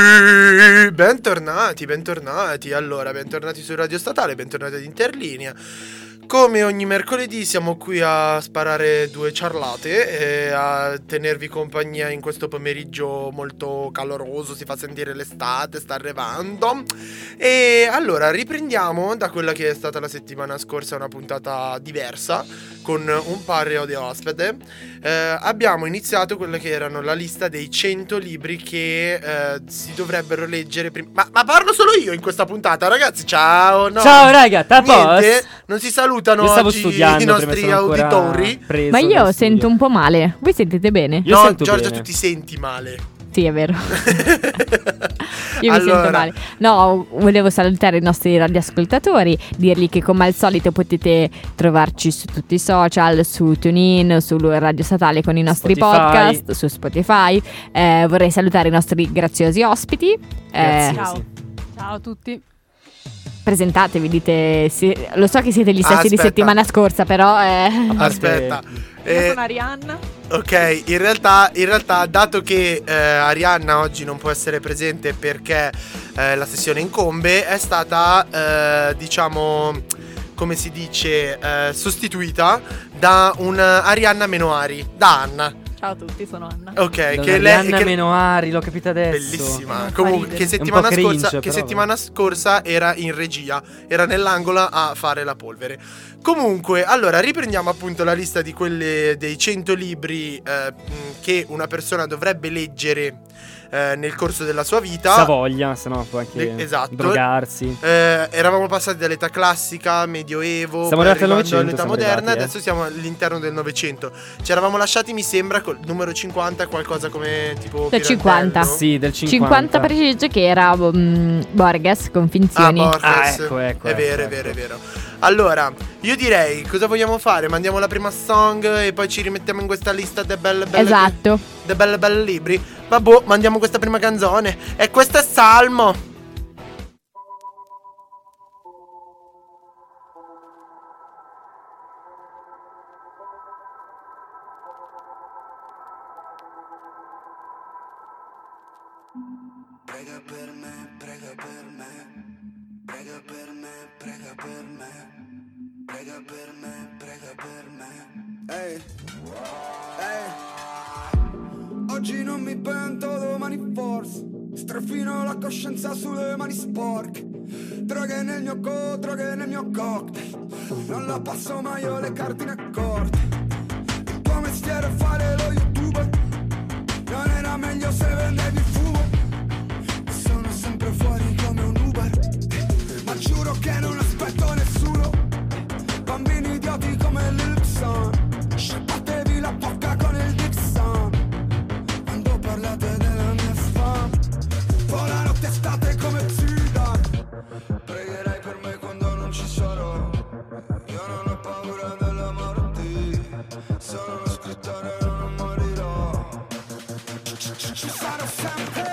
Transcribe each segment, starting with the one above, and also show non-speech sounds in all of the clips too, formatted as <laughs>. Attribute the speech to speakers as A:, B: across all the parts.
A: Amici, bentornati, bentornati. Allora, bentornati su Radio Statale, bentornati ad Interlinea. Come ogni mercoledì siamo qui a sparare due ciarlate e a tenervi compagnia in questo pomeriggio molto caloroso, si fa sentire l'estate, sta arrivando. E allora riprendiamo da quella che è stata la settimana scorsa una puntata diversa con un pareo di ospite. Eh, abbiamo iniziato quella che erano la lista dei 100 libri che eh, si dovrebbero leggere prima. Ma, ma parlo solo io in questa puntata, ragazzi. Ciao, no.
B: Ciao raga, t'ha
A: Niente,
B: posto?
A: non si salutano
B: Io stavo
A: oggi
B: studiando
A: i
B: prima,
A: nostri
B: sono ancora
A: auditori.
B: preso
C: Ma
B: dallo
C: io
B: studio.
C: sento un po' male. Voi sentite bene?
B: Io
A: no,
B: sento
A: Giorgia,
B: bene.
A: tu ti senti male.
C: Sì, è vero. Io mi
A: Allora.
C: sento male. No, volevo salutare i nostri radioascoltatori, dirgli che come al solito potete trovarci su tutti i social, su TuneIn, su Radio Statale con i nostri
B: Spotify.
C: podcast, su Spotify. Eh, vorrei salutare i nostri graziosi ospiti.
B: Grazie,
C: Eh,
B: sì.
D: Ciao. Ciao a tutti.
C: presentatevi, dite... se- lo so che siete gli stessi di
A: Aspetta.
C: settimana scorsa, però... eh,
B: A parte-
A: Aspetta.
D: Io
A: Eh,
D: sono Arianna.
A: ok, in realtà, in realtà, dato che eh, Arianna oggi non può essere presente perché eh, la sessione incombe, è stata, eh, diciamo, come si dice, eh, sostituita da un'Arianna meno Ari, da Anna.
D: Ciao a tutti, sono Anna.
A: Ok,
B: Donna
A: Eh, che lei...
B: Arianna
A: Che...
B: meno Ari, l'ho capito adesso.
A: Bellissima.
D: Non fa
A: Comunque,
D: ridere.
A: che
D: È un
B: po'
A: settimana,
B: cringe,
A: scorsa, che
B: però,
A: settimana scorsa era in regia, era nell'angolo a fare la polvere. Comunque, allora riprendiamo appunto la lista di quelle dei 100 libri eh, mh, che una persona dovrebbe leggere eh, nel corso della sua vita.
B: Savoglia, se no può anche
A: Eh, esatto.
B: drogarsi.
A: Eh, eravamo passati dall'età classica, medioevo,
B: Siamo
A: poi
B: arrivati al
A: arrivando
B: Novecento,
A: all'età
B: siamo
A: moderna,
B: arrivati, eh.
A: adesso siamo all'interno del Novecento. Ci eravamo lasciati, mi sembra, col numero 50, qualcosa come tipo...
C: Del
A: Pirandello.
C: 50.
B: Sì, del 50.
C: 50 precise che era mm, Borges con
A: Ah,
C: finzioni.
A: Borges.
B: Ah, ecco, ecco,
A: È
B: ecco,
A: vero, è
B: ecco.
A: vero, è vero. Allora, io direi, cosa vogliamo fare? Mandiamo la prima song e poi ci rimettiamo in questa lista dei belle belle
C: esatto.
A: dei belle belle libri. Vabbè, mandiamo questa prima canzone. E questo è Salmo.
E: Prega per me, prega per me, prega per me, prega per me, prega per me, prega per me. Ehi, ehi. Oggi non mi pento, domani forse. Strafino la coscienza sulle mani sporche. Droghe nel mio co, droghe nel mio cocktail. Non la passo mai, ho le cardine accorte. Il tuo mestiere è fare lo youtuber. Non era meglio se vendevi il fumo. Sono sempre fuori come un Uber Ma giuro che non aspetto nessuno Bambini idioti come Lipson Sciappatevi la bocca con il Dixon Quando parlate della mia fama Volano testate come Zidane Pregherai per me quando non ci sarò Io non ho paura della morte Sono uno scrittore e non morirò Ci sarò sempre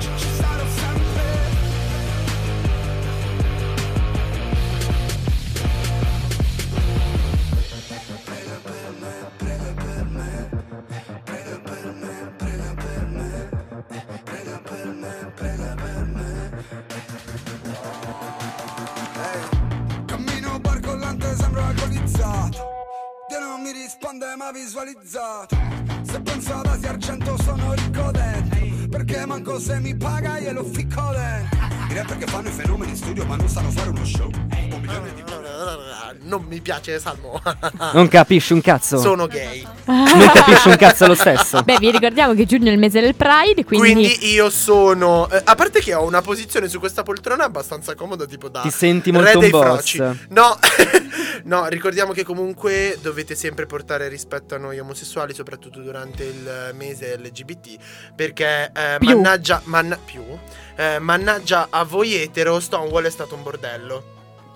E: ci sarò sempre. Prega per me, prega per me, prega per me, prega per me, prega per me, prega per me. Ehi, Cammino barcollante, sembro alcolizzato. Dio non mi risponde ma visualizzato. Se penso ad Asia Argento sono ricco dentro. Perché manco se mi paga glielo ficco dentro. I rapper che fanno i fenomeni in studio ma non sanno fare uno show. Un milione di
A: Non mi piace
B: <laughs>
A: Salmo.
B: Non capisci un cazzo.
A: Sono gay.
B: Non capisci un cazzo
A: <laughs>
B: lo stesso.
C: Beh, vi ricordiamo che giugno è il mese del Pride, quindi,
A: Quindi, io sono. eh, a parte che ho una posizione su questa poltrona abbastanza comoda, tipo da.
B: Ti senti
A: Re
B: molto un
A: dei
B: boss.
A: froci. No, <laughs> no, ricordiamo che comunque dovete sempre portare rispetto a noi omosessuali, soprattutto durante il mese LGBT. Perché eh,
C: Più.
A: mannaggia. manna- più. Eh, mannaggia a voi etero, Stonewall è stato un bordello.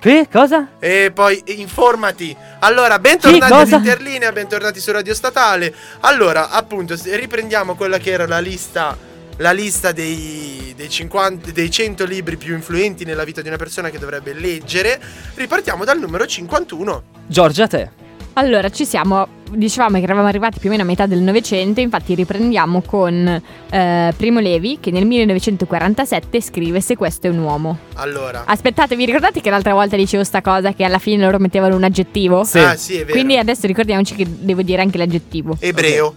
B: Che cosa?
A: E poi eh, informati. Allora, bentornati
B: Sì, cosa?
A: all'Interlinea, bentornati su Radio Statale. Allora, appunto, s- riprendiamo quella che era la lista, la lista dei, dei 50, dei 100 libri più influenti nella vita di una persona che dovrebbe leggere. Ripartiamo dal numero 51.
B: Giorgia te.
C: allora ci siamo. dicevamo che eravamo arrivati più o meno a metà del Novecento, infatti riprendiamo con eh, Primo Levi che nel 1947 scrive Se questo è un uomo.
A: Allora.
C: Aspettate, vi ricordate che l'altra volta dicevo sta cosa che alla fine loro mettevano un aggettivo?
B: Sì.
A: Ah, sì, è vero. Eh,
C: Quindi adesso ricordiamoci che devo dire anche l'aggettivo.
A: Ebreo.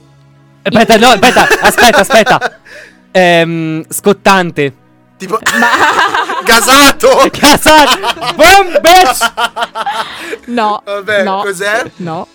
B: Aspetta, no, aspetta, aspetta, aspetta.
A: <laughs>
B: Ehm, scottante.
A: Tipo. <laughs> Gasato!
B: Casato. <laughs> Buon
A: <laughs>
B: bitch.
C: No.
A: Vabbè,
C: no,
A: cos'è?
C: No.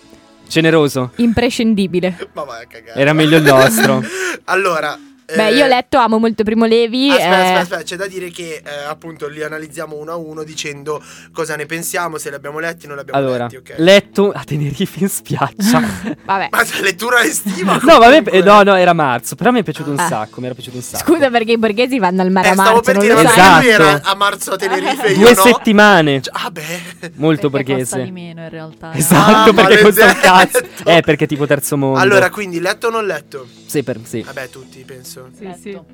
B: Generoso.
C: Imprescindibile.
A: Ma vai a cagare.
B: Era meglio
A: <laughs>
B: il nostro.
A: allora.
C: Beh,
A: eh,
C: io ho letto, amo molto Primo Levi.
A: Aspetta,
C: eh,
A: aspetta, aspetta, c'è da dire che eh, appunto li analizziamo uno a uno dicendo cosa ne pensiamo, se li abbiamo letti o non li abbiamo
B: Allora,
A: letti, ok?
B: letto a Tenerife in
A: <laughs>
B: spiaggia.
C: Vabbè.
A: Ma se lettura estiva?
B: <laughs> no, vabbè,
A: comunque.
B: eh, no, no, era marzo. Però mi è piaciuto un
C: Ah.
B: sacco. Mi era piaciuto un
C: <laughs>
B: sacco.
C: Scusa perché i borghesi vanno al mare
A: Eh,
C: a
A: stavo
C: marzo,
A: per
C: non
A: dire,
C: lo
A: ma
C: sai.
B: Esatto.
A: lui era a marzo a Tenerife, io
B: Due
A: no.
B: settimane.
A: Cioè, Ah beh.
B: Molto
D: Perché
B: borghese.
D: costa di meno in realtà. eh.
B: Esatto,
A: Ah, <laughs>
B: perché costa un
A: maledetto.
B: cazzo. Eh, perché tipo terzo mondo.
A: Allora, quindi letto o non letto?
B: sì, per, sì.
A: Vabbè, tutti penso.
D: Sì, sì.
F: Letto.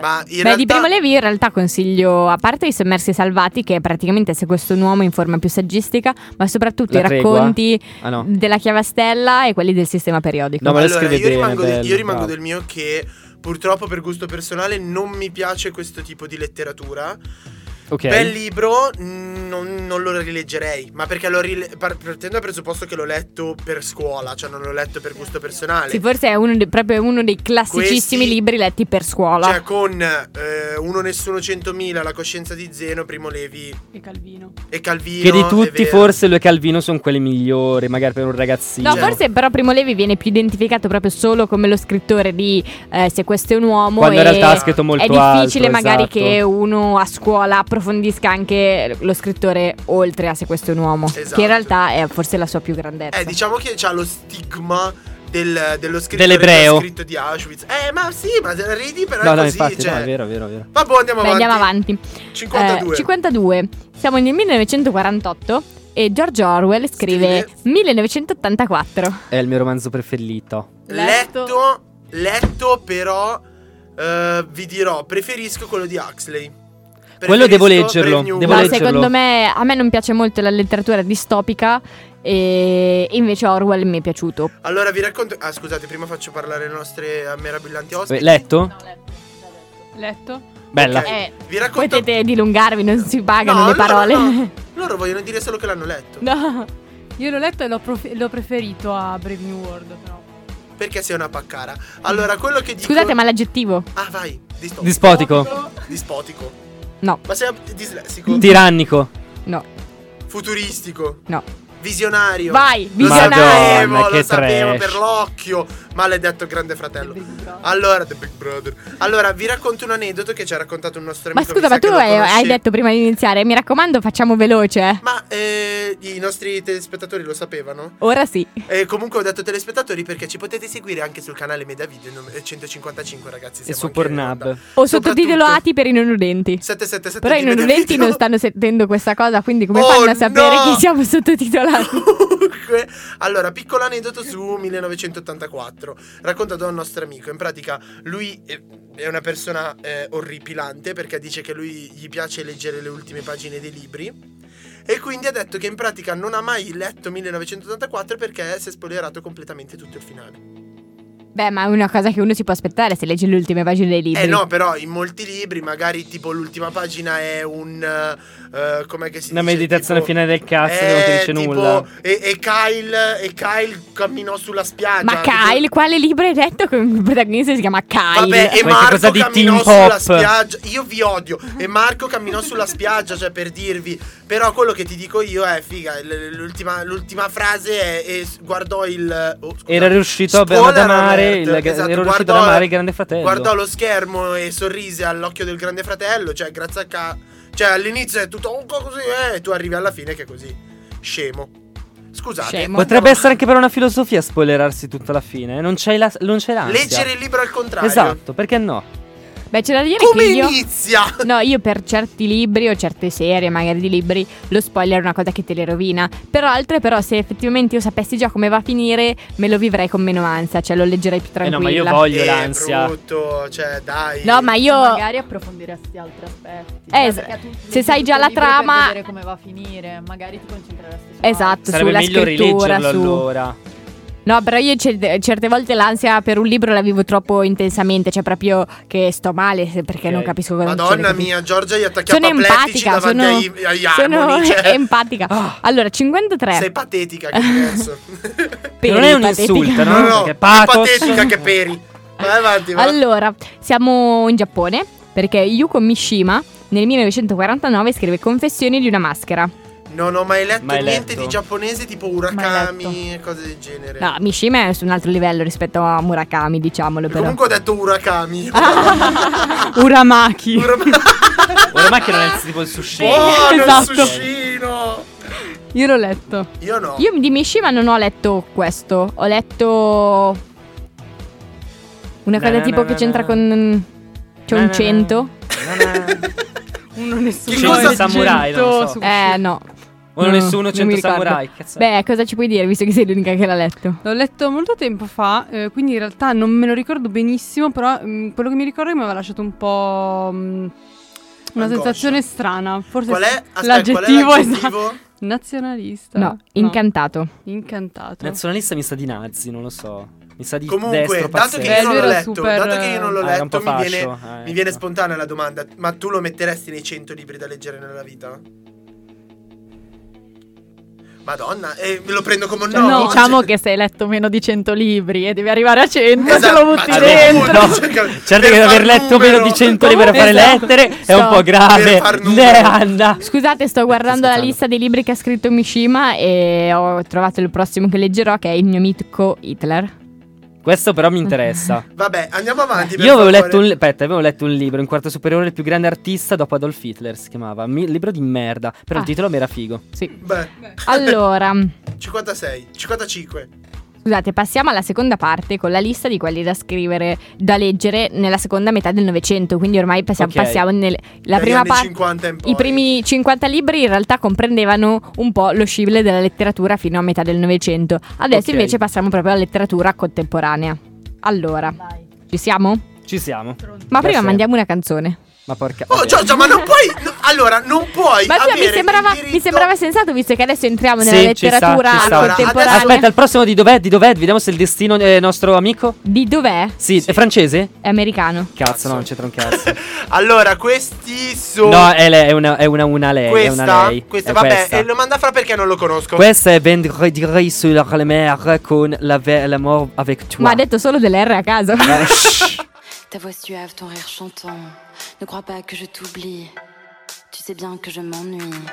A: Ma in
C: Beh, di
A: realtà-
C: Primo Levi in realtà consiglio, a parte i sommersi e salvati, che è praticamente se questo è un uomo in forma più saggistica, ma soprattutto
B: La
C: i
B: tregua?
C: racconti
B: Ah no.
C: della chiavastella e quelli del sistema periodico.
B: No, ma lo
A: allora,
B: scrive
A: io
B: bene,
A: rimango, del,
B: bello,
A: io rimango
B: bravo.
A: del mio che purtroppo per gusto personale non mi piace questo tipo di letteratura.
B: Ok.
A: Bel libro, mh, non, non lo rileggerei, ma perché lo rile- par- partendo dal presupposto che l'ho letto per scuola, cioè non l'ho letto per gusto personale.
C: Sì, forse è uno de- proprio uno dei classicissimi
A: Questi-
C: libri letti per scuola.
A: Cioè con eh, Uno Nessuno 100.000, La coscienza di Zeno, Primo Levi
D: E Calvino.
A: e Calvino.
B: Che di
A: è
B: tutti
A: vero.
B: forse lui e Calvino sono quelli migliori, magari per un ragazzino.
C: No,
A: Cioè-
C: forse però Primo Levi viene più identificato proprio solo come lo scrittore di eh, Se questo è un uomo.
B: Quando in
C: e
B: realtà ha scritto molto
C: È difficile
B: altro,
C: magari
B: esatto.
C: che uno a scuola approfondisca anche lo scrittore oltre a Se questo è un uomo,
A: Esatto.
C: che in realtà è forse la sua più grandezza.
A: Eh, diciamo che c'ha lo stigma del- dello scrittore
B: Dell'ebreo.
A: che ha scritto di Auschwitz. Eh, ma sì, ma te la ridi però
B: No,
A: è
B: no,
A: così,
B: infatti,
A: cioè.
B: no, è vero, è vero, è vero.
A: Vabbè, andiamo
C: Beh,
A: avanti.
C: andiamo avanti.
A: 52.
C: Eh, 52. Siamo nel 1948 e George Orwell scrive
A: Scrive.
C: 1984.
B: È il mio romanzo preferito.
A: Letto, letto però eh, vi dirò, preferisco quello di Huxley.
B: Quello devo
A: Preferisco
B: leggerlo,
A: Brave New
B: devo
C: Ma
A: World.
B: leggerlo.
C: secondo me a me non piace molto la letteratura distopica e invece Orwell mi è piaciuto.
A: Allora vi racconto... Ah, scusate, prima faccio parlare le nostre eh, meraviglianti
B: Eh,
A: ospiti.
B: Letto?
D: Letto?
B: Bella.
A: Ok,
C: Eh,
A: vi racconto...
C: Potete dilungarvi, non si pagano
A: No,
C: le
A: loro
C: parole. <laughs>
A: no. Loro vogliono dire solo che l'hanno letto.
C: No.
D: Io l'ho letto e l'ho, prof- l'ho preferito a Brave New World, però.
A: Perché sei una paccara. Allora, quello che dico...
C: Scusate, ma l'aggettivo?
A: Ah, vai, disto-
B: Dispotico.
A: dispotico.
C: No.
A: Ma sei dislessico?
B: Tirannico.
C: No.
A: Futuristico?
C: No.
A: Visionario?
C: Vai,
A: Lo
C: visionario.
A: sapevo,
B: che
A: lo sapevo
B: trash.
A: per l'occhio. Maledetto grande fratello. Allora, The Big Brother. Allora, vi racconto un aneddoto che ci ha raccontato un nostro
C: Ma
A: amico.
C: scusa,
A: mi sa
C: ma tu
A: che lo
C: hai,
A: conosci.
C: hai detto prima di iniziare, mi raccomando, facciamo veloce. eh.
A: Ma eh, i nostri telespettatori
C: <laughs>
A: lo sapevano?
C: Ora sì.
A: E comunque ho detto telespettatori perché ci potete seguire anche sul canale Medavideo num- 155, eh, ragazzi.
B: E
A: siamo
B: su
A: anche in
B: Pornhub.
A: onda.
C: O
A: Soprattutto-
C: sottotitolo ATI per i non udenti.
A: 777
C: Però i
A: di
C: non udenti
A: Medavideo.
C: non stanno sentendo questa cosa, quindi come
A: Oh,
C: fanno a sapere
A: no!
C: chi siamo sottotitolati?
A: Comunque, allora, piccolo aneddoto su 1984, raccontato da un nostro amico. In pratica, lui è- è una persona eh, orripilante perché dice che lui gli piace leggere le ultime pagine dei libri. E quindi ha detto che in pratica non ha mai letto 1984 perché si è spoilerato completamente tutto il finale.
C: Beh, ma è una cosa che uno si può aspettare se legge le ultime pagine dei libri.
A: Eh no, però in molti libri, magari tipo l'ultima pagina è un. eh, com'è che si
B: Una
A: dice?
B: meditazione
A: Tipo-
B: finale del cazzo che non ti
A: Eh,
B: dice
A: tipo,
B: nulla.
A: E, e Kyle, e Kyle camminò sulla spiaggia.
C: Ma Kyle, quale libro hai detto che il protagonista si chiama Kyle?
A: Vabbè, e
B: Qualche
A: Marco
B: cosa di
A: camminò
B: Teen
A: sulla
B: Pop.
A: spiaggia. Io vi odio. E Marco camminò sulla spiaggia, cioè per dirvi. Però quello che ti dico io è, figa, l- l'ultima, l'ultima frase è, e s- guardò il... oh, scusa.
B: Era riuscito ad
A: Spoiler
B: amare
A: alert,
B: il, gra-
A: esatto,
B: ero riuscito ad
A: guardò-
B: amare il grande fratello.
A: Guardò lo schermo e sorrise all'occhio del grande fratello, cioè grazie a... Ca- cioè all'inizio è tutto un po' così, eh, e tu arrivi alla fine che è così. Scemo. Scusate.
C: Scemo.
B: Potrebbe essere anche per una filosofia spoilerarsi tutta la fine. eh. Non c'è, la, non c'è l'ansia.
A: Leggere il libro al contrario.
B: Esatto, perché no?
C: Beh, c'è da dire
A: Come
C: che io.
A: inizia?
C: <laughs> No, io per certi libri o certe serie, magari di libri, lo spoiler è una cosa che te le rovina. Per altre, però, se effettivamente io sapessi già come va a finire, me lo vivrei con meno ansia, cioè lo leggerei più
B: Eh no,
C: tranquilla.
B: ma io voglio
A: Eh,
B: l'ansia.
A: brutto, cioè dai.
C: No, ma io.
D: Magari approfondiresti altri aspetti.
C: Eh,
D: Cioè, perché tu leggi
C: se sai
D: tutto
C: già
D: il
C: la
D: libro per
C: trama-
D: vedere come va a finire, magari ti concentreresti su
C: Esatto,
B: Sarebbe
C: sulla
B: meglio
C: scrittura,
B: rileggerlo
C: su.
B: allora.
C: No, però io cer- certe volte l'ansia per un libro la vivo troppo intensamente, cioè proprio che sto male se- perché
B: Ok.
C: non capisco cosa succede,
A: Madonna
C: capito?
A: mia, Giorgia gli attacchiamo
C: Sono
A: a plettici
C: empatica,
A: davanti
C: sono,
A: ai, agli
C: sono <laughs> eh.
A: armoni. Cioè,
C: empatica.
B: Ah.
C: Allora, 53
A: sei patetica che
B: <laughs>
A: cazzo.
B: Che
C: peri,
B: non è un
C: patetica.
B: insulto,
A: no,
B: no?
A: no,
B: Perché
A: più
B: pathos-
A: patetica che peri. Vai avanti, va.
C: Allora, siamo in Giappone perché Yuko Mishima nel 1949 scrive Confessioni di una maschera.
A: Non ho mai letto
B: Mai
A: niente
B: letto.
A: di giapponese tipo
D: Mai
A: urakami e cose del genere.
C: No, Mishima è su un altro livello rispetto a Murakami, diciamolo però.
A: Comunque ho detto urakami.
D: Uramaki.
B: Una macchina non è tipo
A: <laughs>
B: il
A: Oh,
B: sushi.
A: Buono
D: esatto.
A: il suscino.
D: Io l'ho letto.
A: Io no.
C: Io di Mishima non ho letto questo, ho letto una
B: Na
C: cosa
B: na
C: tipo
B: na
C: che
B: na
C: c'entra
B: na.
C: con c'è
B: Na na
C: un
B: na.
C: 100.
B: No, no.
D: Uno nessuno.
A: Che cosa-
D: è
B: Samurai, non lo so.
D: su-
C: Eh no.
B: Uno
C: No,
B: nessuno,
C: non
B: cento
C: mi ricordo.
B: samurai. Cazzo.
C: Beh, cosa ci puoi dire visto che sei l'unica che l'ha letto?
D: L'ho letto molto tempo fa, eh, quindi in realtà non me lo ricordo benissimo, però mm, quello che mi ricordo è che mi aveva lasciato un po' mm, una
A: Angoscia.
D: sensazione strana. Forse
A: <laughs> Qual è? Aspetta,
D: l'aggettivo,
A: qual è
D: esatto.
A: l'aggettivo?
D: Nazionalista.
C: No, incantato.
D: incantato.
B: Nazionalista mi sa di Nazi, non lo so. Mi sa di
A: Comunque,
B: destro
A: dato che,
B: pazzesco.
A: io
D: Beh,
A: non l'ho
D: lui era
A: letto,
D: super,
A: dato che io non l'ho
B: Ah, era un
A: letto,
B: po'
A: mi viene,
B: fascio, eh,
A: mi viene
B: ecco.
A: spontanea la domanda: ma tu lo metteresti nei 100 libri da leggere nella vita? Madonna, eh, me lo prendo come un no.
F: No, diciamo
A: cioè-
F: che <laughs> se hai letto meno di cento libri e devi arrivare a 100, te
A: Esatto,
F: lo
A: ma
F: butti
A: tu-
F: dentro.
A: <laughs> no,
B: Certo
A: certo
B: che aver letto meno di 100 libri per fare
F: Esatto.
B: lettere è un
F: Sto-
B: po' grave.
A: Per far numero.
B: Ne Anna.
C: Scusate,
A: Eh,
C: sto guardando la
B: scherzando.
C: lista dei libri che ha scritto Mishima e ho trovato il prossimo che leggerò che è Il mio amico
A: <laughs>
C: Hitler.
B: Questo però mi interessa.
A: Vabbè, andiamo avanti. per
B: Io avevo
A: favore.
B: letto, un, aspetta, avevo letto un libro in quarto superiore, il più grande artista dopo Adolf Hitler si chiamava. Mi- libro di merda. Però
C: Ah.
B: il titolo mi era figo.
A: Beh,
C: Allora,
A: 56, 55.
C: scusate, passiamo alla seconda parte con la lista di quelli da scrivere, da leggere nella seconda metà del Novecento, quindi ormai passiamo,
B: Ok.
C: passiamo nel- la
A: dagli
C: prima
A: anni
C: parte
A: 50 in poi.
C: I primi 50 libri in realtà comprendevano un po' lo scibile della letteratura fino a metà del Novecento. Adesso
B: Ok.
C: invece passiamo proprio alla letteratura contemporanea. Allora, ci siamo?
B: Ci
C: Ma
B: siamo.
C: prima
B: Piacere.
C: mandiamo una canzone.
B: Ma porca.
A: Oh,
B: vabbè.
A: Giorgia, ma non puoi. no, allora, non puoi.
C: Ma prima
A: Cioè, avere
C: mi sembrava,
A: il
C: mi
A: diritto-
C: sembrava sensato visto che adesso entriamo
B: Sì,
C: nella
B: ci sta,
C: letteratura
B: ci sta.
C: contemporanea.
B: Aspetta, il prossimo di dov'è? Di dov'è? Vediamo se il destino è nostro amico.
C: Di dov'è?
B: Sì, è francese?
C: È americano.
B: Cazzo, no, non c'entra un <laughs> cazzo.
A: Allora, questi sono.
B: no, è, lei, è una, è una, una lei. è una
A: questa,
B: lei.
A: questa,
B: È
A: vabbè,
B: questa.
A: e lo manda fra perché non lo conosco.
B: Questa è Vendredi sur la mer con la ve- l'amour avec toi.
C: Ma ha detto solo delle R a caso.
A: <laughs>
B: Eh, shh.
G: Ta voix suave, ton rire chantant. Ne crois pas que je t'oublie. Tu sais bien que je m'ennuie.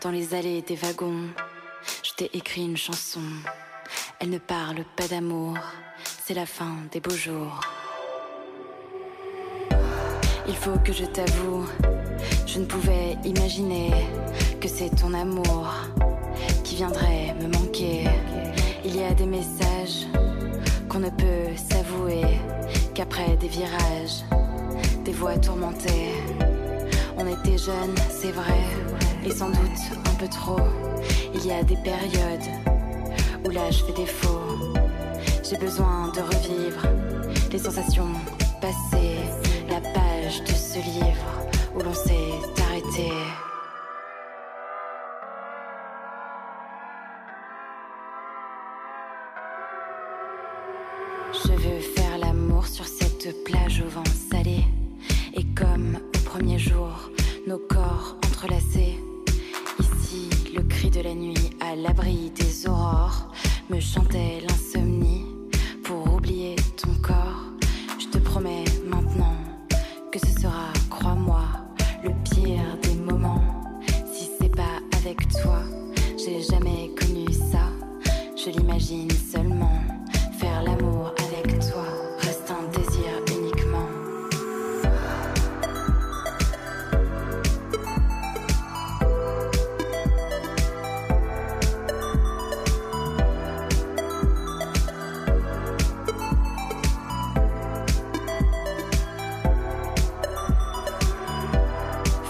G: Dans les allées des wagons, je t'ai écrit une chanson. Elle ne parle pas d'amour. C'est la fin des beaux jours. Il faut que je t'avoue, je ne pouvais imaginer que c'est ton amour qui viendrait me manquer. Il y a des messages qu'on ne peut s'avouer qu'après des virages, des voies tourmentées. On était jeunes, c'est vrai, et sans doute un peu trop. Il y a des périodes où l'âge fait défaut. J'ai besoin de revivre les sensations passées, la page de ce livre où l'on s'est arrêté. Je veux faire l'amour sur cette plage au vent salé. Et comme au premier jour, nos corps entrelacés. Ici, le cri de la nuit à l'abri des aurores me chantait l'insomnie pour oublier ton corps. Je te promets maintenant que ce sera, crois-moi, le pire des moments. Si c'est pas avec toi, j'ai jamais connu ça. Je l'imagine seulement faire l'amour avec toi. Reste un désir uniquement.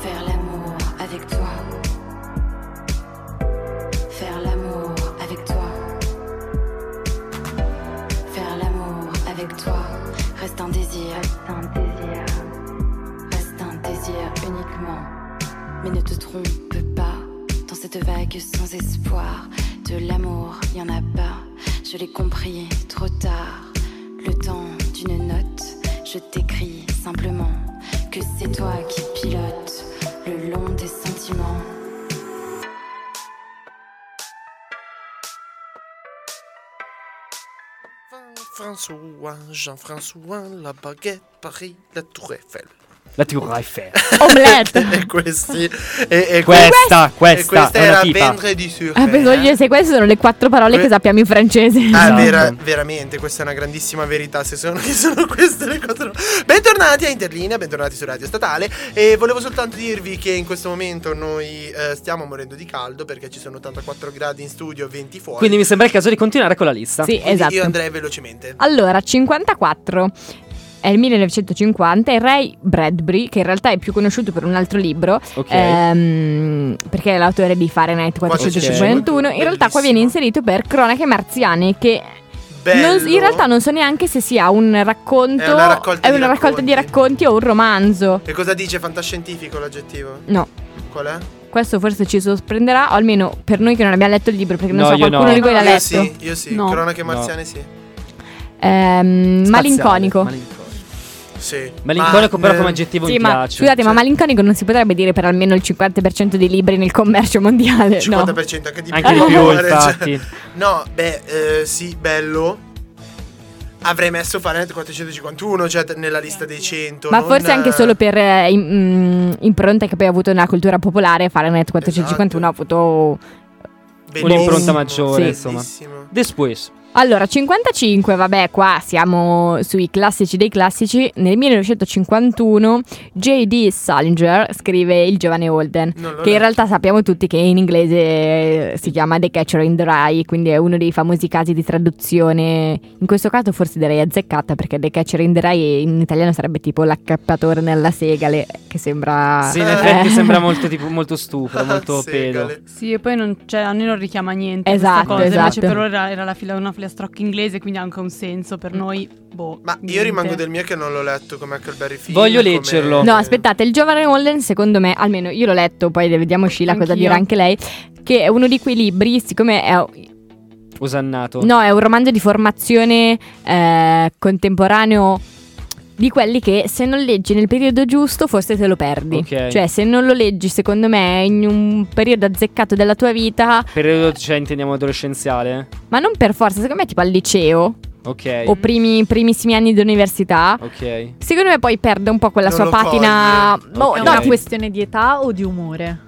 G: Faire l'amour avec toi. Faire l'amour avec toi. Faire l'amour avec toi. Reste un désir. Reste un désir. Reste un désir uniquement. Mais ne te trompe pas dans cette vague sans espoir. De l'amour, y en a pas. je l'ai compris trop tard. Le temps d'une note, je t'écris simplement que c'est toi qui pilotes le long des sentiments.
A: François, Jean-François, la baguette, Paris, la Tour Eiffel. <laughs>
B: La Tour
C: <laughs>
B: Eiffel.
F: Omelette!
A: E questi. E, e
B: questa,
A: e
B: questa,
A: questa
B: è
A: era
B: una tipa.
A: ventre sur
C: Ah, pensavo di dire, se queste sono le quattro parole che
A: Que-
C: sappiamo in francese.
A: Eh.
C: <laughs>
A: Ah,
B: Esatto.
A: vera- veramente, questa è una grandissima verità. Se sono, che sono queste le quattro. Bentornati a Interlinea, bentornati su Radio Statale. E volevo soltanto dirvi che in questo momento noi eh, stiamo morendo di caldo perché ci sono 84 gradi in studio, 20 fuori.
B: Quindi mi sembra il caso di continuare con la lista.
C: Sì,
A: Quindi
C: esatto. Ah,
A: Io andrei velocemente.
C: Allora, 54. È il 1950 e Ray Bradbury, che in realtà è più conosciuto per un altro libro,
B: Ok.
C: ehm, perché è l'autore di Fahrenheit 451, in realtà qua
A: Bellissimo.
C: viene inserito per Cronache marziane, che non-
A: Bello.
C: in realtà non so neanche se sia un racconto,
A: È una raccolta
C: è
A: di
C: una raccolta di racconti o un romanzo.
A: E cosa dice fantascientifico l'aggettivo?
C: No,
A: Qual è?
C: questo forse ci sorprenderà, o almeno per noi che non abbiamo letto il libro, perché non
B: No,
C: so,
B: io
C: qualcuno
B: no.
C: di voi l'ha
A: Ah, io
C: letto.
A: Eh, sì, io sì.
D: No.
A: Cronache
B: No.
A: marziane sì.
C: Ehm,
B: Spaziale,
C: malinconico.
B: Malinconico,
A: Sì.
B: Malinconico
A: Ma,
B: però
A: eh,
B: come aggettivo
C: Sì,
B: mi
C: ma
B: piace.
C: scusate, ma
A: Cioè-
C: malinconico non si potrebbe dire per almeno il 50% dei libri nel commercio mondiale. No.
A: 50% anche di
B: Anche
A: più.
B: di più,
A: amore, <laughs> cioè.
B: infatti.
A: No, beh, eh, sì, bello. Avrei messo Fahrenheit 451, cioè t- nella lista dei 100.
C: Ma
A: non,
C: forse anche
A: eh,
C: solo per eh, im- mm, impronte che poi ha avuto nella cultura popolare, fare Net 451 ha avuto...
A: bellissimo,
B: un'impronta maggiore,
A: sì.
B: insomma.
A: bellissimo.
B: Después.
C: Allora, 55, vabbè, qua siamo sui classici dei classici. Nel 1951 J.D. Salinger scrive Il giovane Holden.
A: Non lo
C: Che in
A: leggo.
C: realtà sappiamo tutti che in inglese eh, si chiama The Catcher in the Rye, quindi è uno dei famosi casi di traduzione. In questo caso forse direi azzeccata perché The Catcher in the Rye in italiano sarebbe tipo l'accappatore nella segale, che sembra...
B: Sì, in
A: Eh.
B: effetti
C: eh. <laughs>
B: sembra molto, tipo, molto
A: Ah, <laughs>
B: stupido, molto pedo.
A: Segale.
D: Sì, e poi non, cioè, a noi non richiama niente.
C: Esatto,
D: questa cosa. Invece
C: esatto.
D: per loro era, era la fila, una filastrocca inglese, quindi ha anche un senso per noi. Boh.
A: Mm. Ma io
D: niente.
A: rimango del mio che non l'ho letto come Huckleberry Finn.
B: Voglio
A: come-
B: leggerlo.
A: Eh.
C: No, aspettate, il giovane Holden, secondo me, almeno io l'ho letto, poi vediamo Sheila cosa
D: Anch'io.
C: dirà anche lei, che è uno di quei libri, siccome è,
B: Osannato.
C: No, è un romanzo di formazione eh, contemporaneo di quelli che se non leggi nel periodo giusto forse te lo perdi.
B: Ok.
C: Cioè se non lo leggi secondo me in un periodo azzeccato della tua vita,
B: Periodo, cioè, intendiamo adolescenziale.
C: ma non per forza, secondo me tipo al liceo
B: Ok.
C: o primi, primissimi anni di università,
B: Ok.
C: secondo me poi perde un po' quella
A: Non
C: sua
A: lo
C: patina...
A: coglie.
C: boh,
B: Ok.
F: È
C: no,
F: una
C: tipo-
F: questione di età o di umore?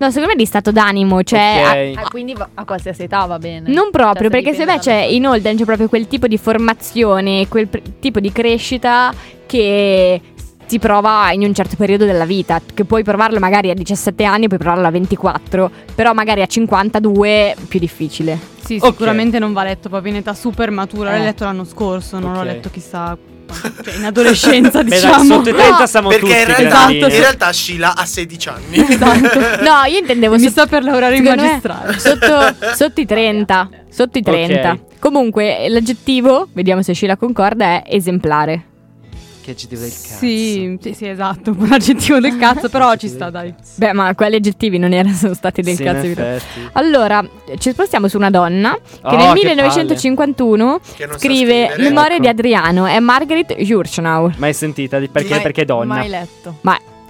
C: no, secondo me di stato d'animo, cioè... a-
B: Ok.
F: Ah, quindi va- a qualsiasi età va bene.
C: Non proprio,
F: Cioè,
C: perché se
F: dipende
C: invece
F: dalle-
C: in Holden c'è proprio quel tipo di formazione, quel pr- tipo di crescita che si prova in un certo periodo della vita, che puoi provarlo magari a 17 anni, puoi provarlo a 24, però magari a 52 più difficile. <laughs>
D: Sì,
B: Ok.
D: sicuramente non va letto proprio in età super matura.
C: Eh.
D: L'hai letto l'anno scorso, non
B: Ok.
D: l'ho letto chissà.
A: <laughs>
D: Cioè, in adolescenza,
B: Beh, dai,
D: diciamo.
B: sotto i 30
C: No,
B: siamo
A: Perché
B: tutti.
A: in realtà,
B: grandini.
D: Esatto,
A: in realtà Sheila ha 16 anni. <laughs>
C: Esatto. No, io intendevo
D: Mi
C: sotto-
D: sto per lavorare in
C: secondo me-
D: magistrale.
C: Sotto, sotto i 30, sotto i 30. Comunque l'aggettivo, vediamo se Sheila concorda, è esemplare.
B: Che ci del cazzo.
D: Sì, sì, sì, esatto. Un aggettivo
C: Ah,
D: del cazzo, però ci sta, dai.
C: Beh, ma quali aggettivi non erano sono stati del
B: Sì, in
C: cazzo? di-
B: effetti.
C: Allora, ci spostiamo su una donna che
B: Oh,
C: nel
B: che
C: 1951
A: che non sa
C: scrive
A: scrivere.
C: Memorie
B: Ecco.
C: di Adriano, è Margaret Jurchenau.
B: Mai sentita? di- Perché?
F: Mai-
B: perché è donna.
F: Mai letto.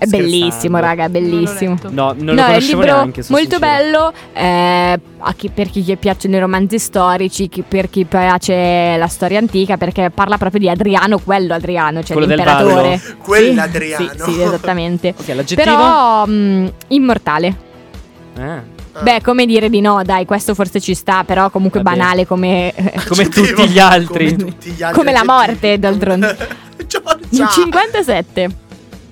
C: È
B: Scherzando.
C: bellissimo, raga, è bellissimo.
D: Non l'ho letto.
B: No, non lo
C: no, è un
B: conoscevo
C: libro
B: neanche. sono
C: molto
B: sincero.
C: bello eh, a chi- per chi gli piacciono i romanzi storici, chi- per chi piace la storia antica, perché parla proprio di Adriano, quello Adriano, cioè
B: Quello del
C: l'imperatore.
B: ballo.
A: Quell'Adriano.
C: Sì, esatto. sì,
B: <laughs>
C: esattamente.
B: Ok, l'aggettivo.
C: Però mh, immortale.
B: Ah,
A: Ah.
C: Beh, come dire di no, dai, questo forse ci sta, però comunque
B: Vabbè.
C: banale come
B: come
A: Aggettivo.
B: tutti gli altri.
A: Cioè, Come tutti gli altri
C: Come la
A: aggettivi.
C: morte, d'altronde.
A: <laughs> Giorgia.
C: Nel 57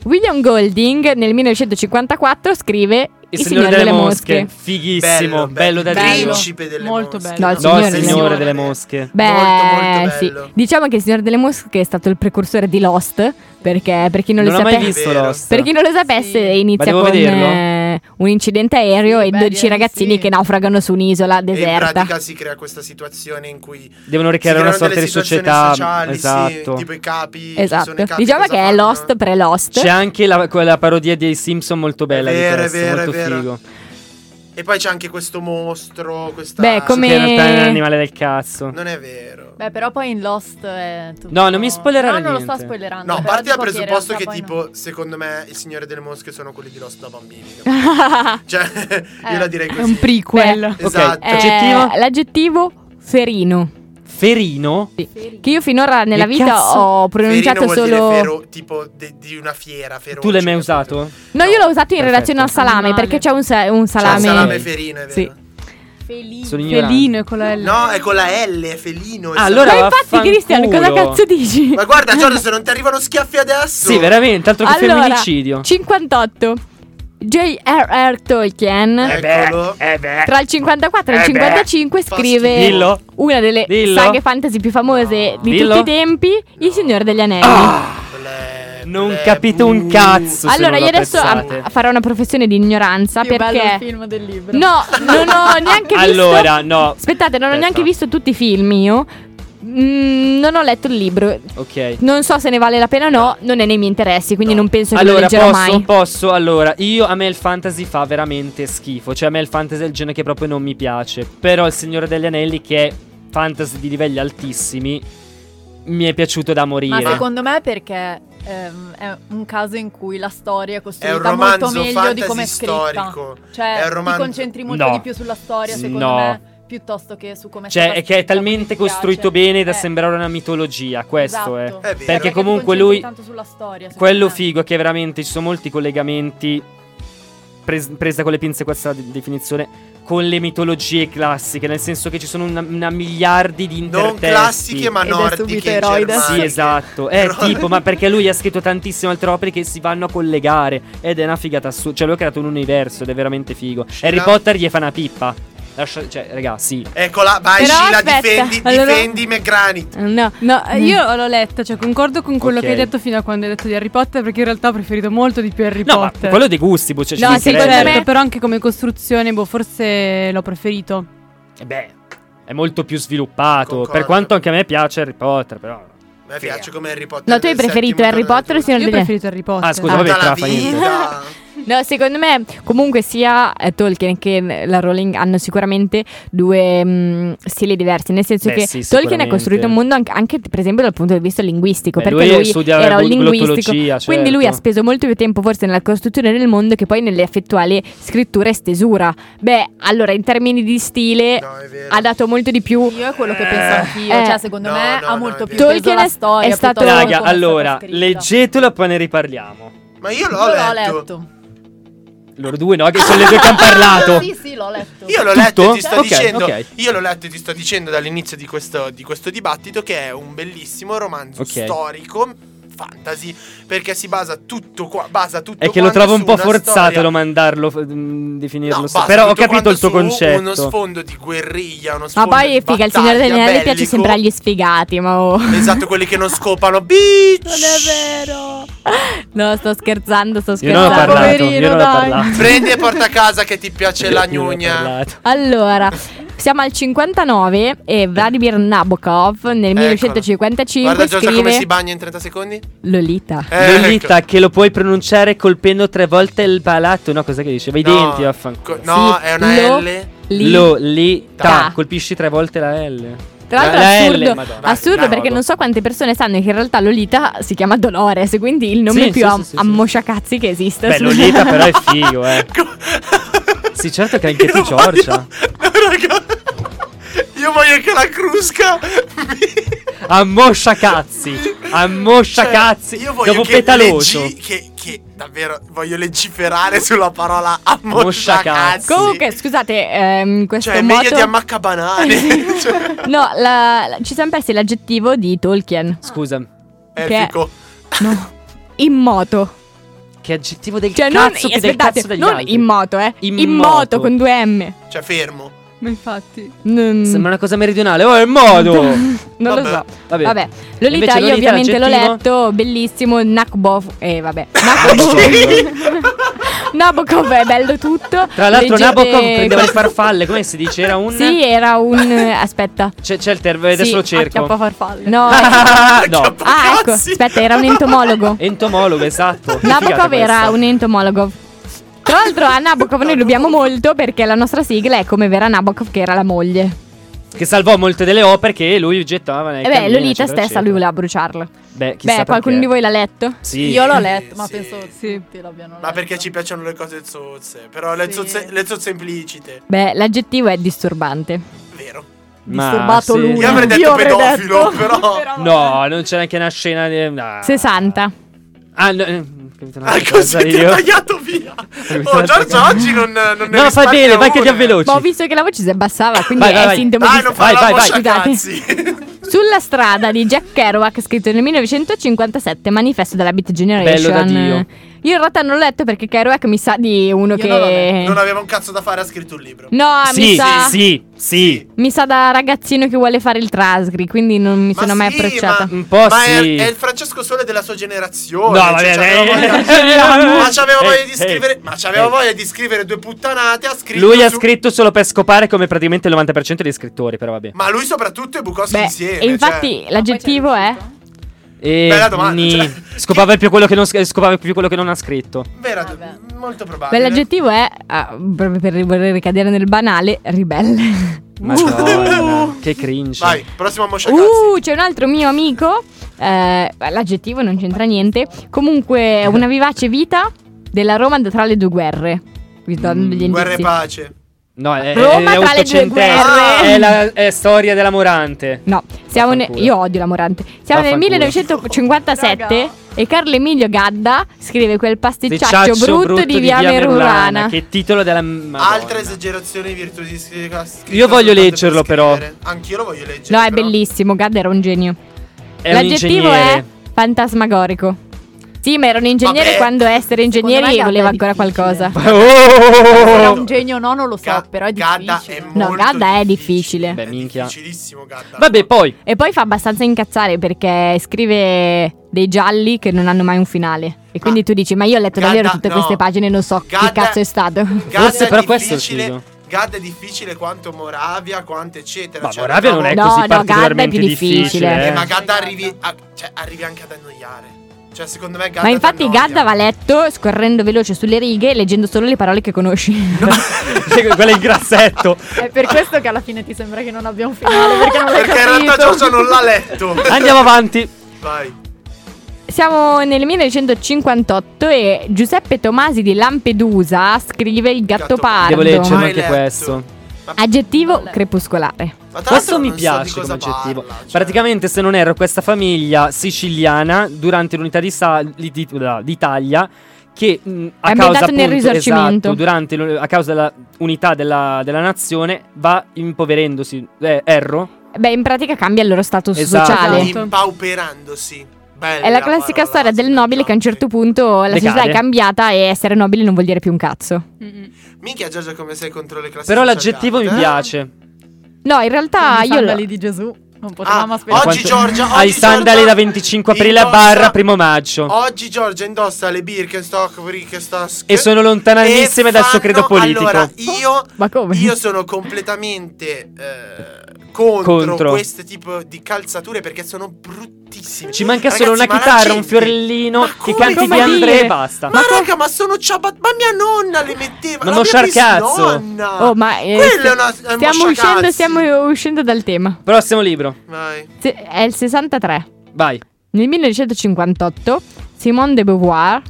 C: William Golding nel 1954 scrive Il, Signore delle, Mosche.
B: Fighissimo, bello, da
A: bello.
B: dire.
A: Principe delle
D: Molto
A: mosche.
D: bello. No, il
B: No,
C: Signore
B: il
C: delle
B: Signore delle Mosche.
C: Beh,
A: Molto, molto
C: sì.
A: bello.
C: Diciamo che Il Signore delle Mosche è stato il precursore di Lost, perché per chi non,
B: Non,
C: lo
B: l'ho mai
C: sapesse,
B: visto
A: Vero.
B: Lost.
C: per chi non lo sapesse,
F: Sì.
C: inizia
B: Ma devo
C: con
B: vederlo?
C: eh, un incidente aereo
F: Sì,
C: e
F: beh,
C: 12
F: direi di
C: ragazzini
F: sì.
C: che naufragano su un'isola
A: eh, E in
C: deserta.
A: pratica si crea questa situazione in cui
B: Devono
A: si
B: ricreare
A: creano
B: una sorta
A: delle
B: di
A: situazioni
B: società.
A: sociali, sì,
B: esatto.
A: tipo i capi. ci sono
C: Esatto.
A: i capi,
C: Diciamo
A: cosa
C: che è
A: fanno?
C: Lost pre-Lost.
B: C'è anche la, quella parodia dei Simpson molto bella
A: È vero,
B: di questo,
A: è vero,
B: molto
A: è vero.
B: figo.
A: E poi c'è anche questo mostro, questa...
C: Beh, come-
B: Che in realtà è un animale del cazzo.
A: Non è vero.
F: Beh, però poi in Lost è tutto-
B: No, non mi spoilerare
F: No, non lo
B: niente.
F: sto spoilerando.
A: No,
F: però
A: parti dal
F: dico in
A: presupposto
F: realtà
A: che
F: poi
A: tipo,
F: no.
A: secondo me, il Signore delle Mosche sono quelli di Lost
C: <laughs>
A: da bambini.
C: Eh,
A: Cioè, io la direi
D: È
A: così.
D: un prequel.
A: Esatto.
B: Aggettivo?
C: l'aggettivo ferino.
B: Ferino?
C: Che io finora nella
B: Che
C: vita
B: cazzo?
C: ho
A: Ferino
C: pronunciato
A: vuol dire
C: solo.
A: fero- tipo de- di una fiera, feroce.
B: Tu l'hai mai usato?
C: No, io l'ho usato in
B: Perfetto.
C: relazione al salame
D: Animale.
C: perché c'è un, sa- un
A: Cioè,
C: salame.
A: salame ferino, è vero.
C: Sì.
B: Sono ignorante.
D: Felino e con la L.
A: No, è con la L, è felino. è
B: Ah,
A: salame.
B: allora
C: Ma infatti,
B: vaffanculo.
C: Cristian, cosa cazzo dici?
A: Ma guarda,
B: <laughs>
A: Giorgio, se non ti arrivano schiaffi adesso...
B: Sì, veramente, altro che
C: Allora,
B: femminicidio.
C: 58. J.R.R. Tolkien,
B: Eh.
A: Eccolo.
C: tra il 54 e il 55,
A: fa
C: scrive
A: schifo.
B: Dillo.
C: una delle
B: Dillo.
C: saghe fantasy più famose
A: No.
C: di
B: Dillo.
C: tutti i tempi, Il Signore degli Anelli.
A: Ble-
B: Non
A: ble- uh,
B: capite un
A: bu-
B: cazzo. se
C: allora,
B: non
C: io
B: lo
C: adesso
B: apprezzate.
C: ah, farò una professione di ignoranza
F: Più bello il
C: perché.
F: film del libro.
C: No, non ho neanche visto.
B: Allora, no.
C: Aspettate, non ho
B: Aspetta.
C: neanche visto tutti i film io. Mm, non ho letto il libro.
B: Ok.
C: Non so se ne vale la pena o no. Non è nei miei interessi, quindi
A: No.
C: non penso che lo
B: Allora,
C: leggerò
B: posso,
C: mai.
B: posso, allora, io a me il fantasy fa veramente schifo, cioè a me il fantasy è il genere che proprio non mi piace, però il Signore degli Anelli che è fantasy di livelli altissimi mi è piaciuto da
F: Ma
B: morire.
F: secondo me perché ehm, è un caso in cui la storia è
A: È un
F: costruita molto
A: romanzo
F: meglio di come
A: fantasy
F: è scritta.
A: storico.
F: Cioè,
A: È un romanzo-
F: ti concentri molto
B: No.
F: di più sulla storia, secondo
B: No.
F: me, piuttosto che su come
B: Cioè,
F: stata
B: è che è
F: scritta,
B: talmente
F: quindi ti
B: costruito
F: piace.
B: bene da
F: Eh,
B: sembrare una mitologia, questo
F: esatto.
B: è.
A: È vero.
B: Perché
F: ti
B: comunque
F: concentri
B: lui-
F: tanto sulla storia, secondo
B: Quello
F: me.
B: figo è che veramente ci sono molti collegamenti, pres- presa con le pinze questa de- definizione, con le mitologie classiche, nel senso che ci sono una, una miliardi di intertesti.
A: Non classiche, ma
F: Ed è
A: nordiche
F: subito
A: in
F: eroide.
A: Germania.
B: Sì, esatto. Eh,
A: Però-
B: tipo, ma perché lui ha scritto tantissime altre opere che si vanno a collegare. Ed è una figata su. Cioè, lui ha creato un universo ed è veramente figo. Harry Potter gli fa una pippa. Lascia- cioè, raga, sì.
A: Eccola, Ecco vai
C: Però
A: Sheila,
C: aspetta,
A: difendi,
C: allora-
A: difendi McGranit.
C: No,
D: No, eh,
C: Mm.
D: io l'ho letta, cioè concordo con quello
B: Ok.
D: che hai detto fino a quando hai detto di Harry Potter, perché in realtà ho preferito molto di più Harry
B: No, ma
D: Potter.
B: quello dei gusti, boh, cioè, ci
C: No,
B: si
C: sì,
B: crede.
C: secondo
D: Certo,
C: me-
D: però anche come costruzione, boh, forse l'ho preferito.
B: Eh Beh, è molto più sviluppato.
A: Concordo.
B: Per quanto anche a me piace Harry Potter, però.
A: A me piace come Harry Potter.
C: No, tu hai
A: del
C: preferito
A: settimo
C: Harry
A: giorno
C: Potter o
A: della
C: il Signore
D: Io ho
C: degli Anelli?
D: preferito Harry Potter.
B: Ah, scusa, vabbè,
A: Tutta la
B: tra, fa niente.
A: vita.
C: <laughs> No, secondo me comunque sia eh, Tolkien che la Rowling hanno sicuramente due mh, stili diversi, nel senso
B: Beh,
C: che
B: sì,
C: Tolkien ha
B: sicuramente.
C: costruito un mondo anche, anche, per esempio dal punto di vista linguistico,
B: Beh,
C: Ecco, perché lui,
B: studia
C: era un
B: gl-
C: linguistico.
B: glottologia,
C: Quindi lui ha
B: certo.
C: speso molto più tempo forse nella costruzione del mondo che poi nell'effettuale scrittura e stesura. Beh, allora in termini di stile
A: No, è vero.
C: ha dato molto di più.
F: Io è quello che penso anch'io,
C: Eh.
F: cioè secondo
A: No,
F: me
A: no,
F: ha
A: no,
F: molto
A: è
F: più
A: vero.
F: peso
C: Tolkien
F: la
C: è-
F: storia
C: è stato-
F: piuttosto che
B: Raga,
F: come è stata
B: allora,
F: scritta.
B: leggetelo e poi ne riparliamo.
A: Ma io l'ho,
F: Io l'ho
A: letto.
F: letto.
B: Loro due, no? Che sono le due che
A: <laughs>
B: hanno parlato.
F: Sì, sì, l'ho letto.
A: Io l'ho letto e ti
B: Tutto?
A: sto
B: Ok,
A: dicendo.
B: ok.
A: Io l'ho letto e ti sto dicendo dall'inizio di questo, di questo dibattito che è un bellissimo romanzo
B: Ok.
A: storico fantasy perché si basa tutto qua, basa tutto
B: È che lo
A: quanto
B: trovo un
A: su
B: po'
A: una
B: forzato
A: storia.
B: lo mandarlo, f- mh, definirlo.
A: No,
B: sto-
A: basta,
B: Però ho
A: tutto
B: capito
A: quanto
B: il tuo
A: su
B: concetto.
A: Uno sfondo di guerriglia, uno
C: Ma
A: sfondo
C: poi
A: di
C: figa, il Signore degli
A: battaglia,
C: Anelli piace
A: bellico.
C: sempre agli sfigati, ma oh.
A: Esatto,
C: <laughs>
A: quelli che non scopano. Bitch!
C: Non è vero. No, sto scherzando, sto
B: Io non ho
C: scherzando.
B: parlato, io non ho
D: dai.
B: parlato.
A: Prendi e porta a casa che ti piace la
B: Io non ho
A: gnugna.
B: parlato.
C: Allora, siamo al 59
B: Eh.
C: e Vladimir Nabokov nel 1955
A: Guarda Giorgia
C: scrive
A: come si bagna in 30 secondi.
C: Lolita.
A: Eh,
B: Lolita, che lo puoi pronunciare colpendo tre volte il palato. No, cosa che dice? Vai i
A: ecco. No,
B: denti, vaffanculo.
A: co- No,
C: Sì,
A: è una
C: lo-
A: L.
C: Lì.
B: Lolita,
C: Ta.
B: colpisci tre volte la L.
C: Tra l'altro
B: la
C: è assurdo,
B: L, madonna.
A: Vai,
C: assurdo
A: dai,
C: perché
B: vado.
C: non so quante persone sanno che in realtà Lolita si chiama Dolores, quindi il nome
B: Sì,
C: più
B: sì,
C: am-
B: sì, sì, sì.
C: ammosciacazzi che esiste.
B: Beh,
C: su-
B: Lolita <laughs> però è
C: <laughs>
A: <laughs>
B: figo, eh. Sì, certo che anche
A: Io
B: tu,
A: voglio-
B: Giorgia.
A: No, raga. Io voglio che la crusca mi-
B: Ammoscia cazzi. Ammoscia
A: Cioè,
B: cazzi.
A: Io voglio
B: Dopo
A: che
B: petaloso.
A: leggi- che, che davvero voglio legiferare sulla parola
B: Moscia
A: ammoscia
B: cazzi.
A: cazzi.
C: Comunque, scusate, ehm, questo
A: cioè, è
C: moto...
A: meglio
C: <laughs>
A: di ammaccabanane. <laughs> cioè,
C: No, la- la- ci siamo persi l'aggettivo di Tolkien.
B: Scusa.
A: epico.
C: No. In moto.
B: Che aggettivo del
C: Cioè, non,
B: cazzo che del
C: aspettate,
B: cazzo degli
C: non
B: altri.
C: in moto, eh.
B: In moto.
C: moto con due M.
A: Cioè, fermo.
D: Ma infatti,
C: Mm,
B: Sembra una cosa meridionale. Oh, è
C: <laughs>
B: il modo.
C: non lo
A: Vabbè.
C: so.
B: Vabbè.
C: Vabbè, Lolita
B: Invece
C: io
B: Lolita,
C: ovviamente l'ho
B: l'aggettivo?
C: letto, bellissimo, Nakbov, eh
B: <coughs>
C: vabbè,
B: Ah,
C: Nakbov, <laughs> Nabokov è bello tutto.
B: Tra l'altro
C: Leggete-
B: Nabokov prendeva le farfalle, come si dice? Era un...
C: Sì, era
B: <laughs>
C: un... aspetta,
B: C'è, c'è il termine, adesso
C: Sì,
B: lo cerco.
F: Acchiappa farfalle.
B: <laughs>
C: no,
A: <laughs>
B: no,
C: ah ecco,
A: Cioè, Cazzi.
B: <laughs>
C: aspetta, era un entomologo.
B: entomologo, esatto. Che figata
C: Nabokov era
B: questa.
C: un entomologo. Tra l'altro a Nabokov noi dobbiamo molto perché la nostra sigla è come Vera Nabokov che era la moglie.
B: Che salvò molte delle opere che lui gettava nel
C: E Eh beh,
B: cammino,
C: Lolita
B: Eh, eccetera,
C: stessa
B: eccetera.
C: lui voleva bruciarlo.
B: Beh,
C: beh,
B: chissà
C: qualcuno
B: perché.
C: di voi l'ha letto?
B: Sì.
F: Io l'ho letto, ma
A: Sì.
F: penso
D: Sì.
F: tutti l'abbiano letto.
A: Ma perché ci piacciono le cose zozze. Però le,
F: Sì.
A: zozze, le zozze implicite.
C: Beh, l'aggettivo è disturbante.
A: Vero.
B: Ma
F: disturbato
B: sì.
F: lui.
A: Io avrei detto
F: Io avrei
A: pedofilo,
B: <laughs>
F: detto.
A: però.
B: No, non c'è neanche una scena di... no.
C: 60.
B: Ah, no, eh, capito, non
A: Ah, così
B: so cosa
A: ti
B: io.
A: ho tagliato
B: <laughs>
A: via.
B: capito,
A: Oh,
B: non so
A: Giorgio
B: cosa-
A: oggi non, non ne
B: No, fa
A: risparmia
B: bene, vai che
A: una.
B: andiamo veloci.
C: Ma ho visto che la voce si abbassava, quindi
B: Vai,
C: è
B: vai, vai.
C: sintomo
A: Dai,
C: di...
A: non fai
B: Vai,
A: la
B: vai, vai.
A: voce a
C: Scusate.
A: cazzi.
C: Sulla strada di Jack Kerouac, scritto nel 1957, manifesto della Beat Generation.
B: Bello da Dio.
C: Io in realtà non l'ho letto perché Kerouac mi sa di uno
F: Io
C: che.
F: non l'ho
B: Eh.
F: letto.
A: Non aveva un cazzo da fare, ha scritto un libro.
B: Mm,
C: no, mi
B: Sì,
C: sa.
B: sì, sì.
C: Mi sa da ragazzino che vuole fare il trasgri, quindi non mi
A: Ma
C: sono mai
A: sì,
C: approcciata.
A: ma-
B: Un po'
A: Ma è,
B: oh, sì.
A: è il Francesco Sole della sua generazione.
B: No,
A: cioè,
B: vabbè,
A: c'aveva
B: <laughs> eh,
A: voglia-
B: eh,
A: ma c'aveva
B: eh,
A: voglia di
B: eh,
A: scrivere. Ma c'aveva
B: eh.
A: voglia di scrivere due puttanate. Ha scritto.
B: Lui ha
A: su-
B: scritto solo per scopare come praticamente il 90% degli scrittori, però vabbè.
A: Ma lui soprattutto e Bukowski
C: Beh,
A: insieme.
C: e infatti
A: cioè.
C: l'aggettivo
F: Ma poi c'è
C: è.
F: riuscito?
B: E
A: Bella domanda,
B: ni-
A: cioè-
B: scopava più quello che non sc- scopava più quello che non ha scritto.
A: Vera,
F: Vabbè.
A: molto
C: Beh,
A: probabile.
C: l'aggettivo è, ah, proprio per voler ricadere nel banale, ribelle.
B: Madonna,
A: <laughs>
B: che cringe.
A: Uh. Vai, prossima moscia cazzi.
C: Uh, c'è un altro mio amico. eh, l'aggettivo non c'entra niente. Comunque, una vivace vita della Roma tra le due guerre. Vi sto dando degli
A: Guerra e
C: indizi.
A: pace.
B: No, è,
C: Roma
B: è
C: tra le due
B: ottocentesca.
A: guerre.
B: È la è storia della Morante.
C: No, siamo ne-
B: Vaffanculo.
C: io odio la Morante. Siamo nel
B: Vaffanculo.
C: 1957
F: Raga.
C: e Carlo Emilio Gadda scrive quel
B: Di
C: pasticciaccio
B: Ciaccio
C: brutto, di via Merurana.
B: Che titolo della Madonna.
A: Altra esagerazione virtuosistica. scritta
B: Io
A: soltanto
B: voglio
A: per
B: leggerlo, però.
A: scrivere. Anch'io lo voglio leggere.
C: No, è
A: però.
C: bellissimo. Gadda era un genio.
B: È un
C: L'aggettivo è
B: ingegnere.
C: fantasmagorico. Sì, ma era un ingegnere
A: Vabbè.
C: quando essere
F: Secondo
C: ingegneri
F: me Gadda
C: voleva
F: è
C: ancora
F: difficile.
C: qualcosa.
F: Se era
B: <laughs> Oh!
F: un genio o no, non lo so,
A: Ga-
F: però è
A: Gadda
F: difficile.
A: è
F: No,
A: molto
C: No, Gadda è difficile.
B: Beh, minchia.
A: È difficilissimo Gadda.
B: Vabbè, poi.
C: E poi fa abbastanza incazzare perché scrive dei gialli che non hanno mai un finale. E quindi
A: Ah.
C: tu dici, ma io ho letto
A: Gadda-
C: davvero tutte
A: no.
C: queste pagine, non so
A: Gadda-
C: che cazzo è stato.
A: Gadda
B: Forse
A: è
B: però questo è il
A: difficile-
B: figo.
A: Gadda è difficile quanto Moravia, quanto eccetera.
B: Ma
A: Cioè,
B: Moravia non
A: avevamo-
B: è
C: No,
B: così
C: no,
B: particolarmente
C: Gadda è più difficile.
A: Eh,
B: difficile. eh. <laughs>
A: ma Gadda arrivi, a- cioè, arrivi anche ad annoiare. Cioè, secondo me Gadda
C: ma infatti
A: t'annoia.
C: Gadda va
B: <laughs>
C: letto scorrendo veloce sulle righe, leggendo solo le parole che conosci.
B: Quello è il grassetto.
F: È per questo che alla fine ti sembra che non abbia un finale, perché non l'hai
A: <laughs> Perché in realtà
F: capito.
A: Giorgio non
C: <laughs>
A: l'ha letto.
B: Andiamo avanti.
A: Vai.
C: <laughs> Siamo nel 1958 e Giuseppe Tomasi di Lampedusa scrive Il Gattopardo.
B: Devo leggerlo
A: Mai
B: anche
A: letto.
B: questo.
C: Aggettivo crepuscolare.
A: Ma tra l'altro
B: Questo
A: non
B: mi
A: so di cosa
B: piace come aggettivo.
A: parla, cioè.
B: Praticamente, se non erro, questa famiglia siciliana durante l'unità di Sa- di- di- d'Italia che mh, a
C: È
B: causa
C: ambientato nel
B: appunto,
C: Risorgimento.
B: esatto, durante l'u- a causa della unità della, della nazione va impoverendosi. Eh, erro?
C: Beh, in pratica cambia il loro status
B: Esatto.
C: sociale.
D: Esatto.
A: Impauperandosi. Bella
C: È la classica
A: parola,
C: storia del nobile che a un certo punto la
B: Decade.
C: società è cambiata e essere nobile non vuol dire più un cazzo.
D: Mm-mm.
A: Minchia Giorgio come sei contro le classiche eh?
B: Però l'aggettivo mi
A: sociali.
B: piace.
C: No, in realtà
F: Con i
C: io lo...
F: sandali di Gesù. Non
A: Ah,
F: potevamo
A: oggi
F: aspettare.
A: Giorgia
B: Ai
A: oggi
B: sandali
A: Giorgia
B: da 25 aprile
A: indossa-
B: barra primo maggio.
A: Oggi Giorgia indossa le Birkenstock, Birkenstock
B: E sono lontanissime
A: Cioè, e
B: dal suo
A: fanno-
B: credo politico.
A: Allora, io
C: Ma come?
A: Io sono completamente eh, contro,
B: Contro.
A: questo tipo di calzature perché sono bruttissime.
B: Ci manca
A: Ragazzi,
B: solo una
A: ma la
B: chitarra,
A: gente-
B: un fiorellino
A: Ma
B: che
A: come?
B: canti di
A: Come
B: Andrea
C: dire?
B: e basta.
A: Ma, raga, ma sono ciabat. Ma mia nonna le metteva.
B: Ma
A: la
B: non
A: mia
B: sciarcazzo.
C: <laughs>
A: bisnonna.
C: Oh, ma eh,
A: Quello
C: st-
A: è una- è un
C: stiamo
A: mosciacazzi.
C: uscendo, stiamo uscendo dal tema.
B: Prossimo libro.
A: Vai.
C: Se- è il 63.
B: Vai.
C: Nel 1958 Simone de Beauvoir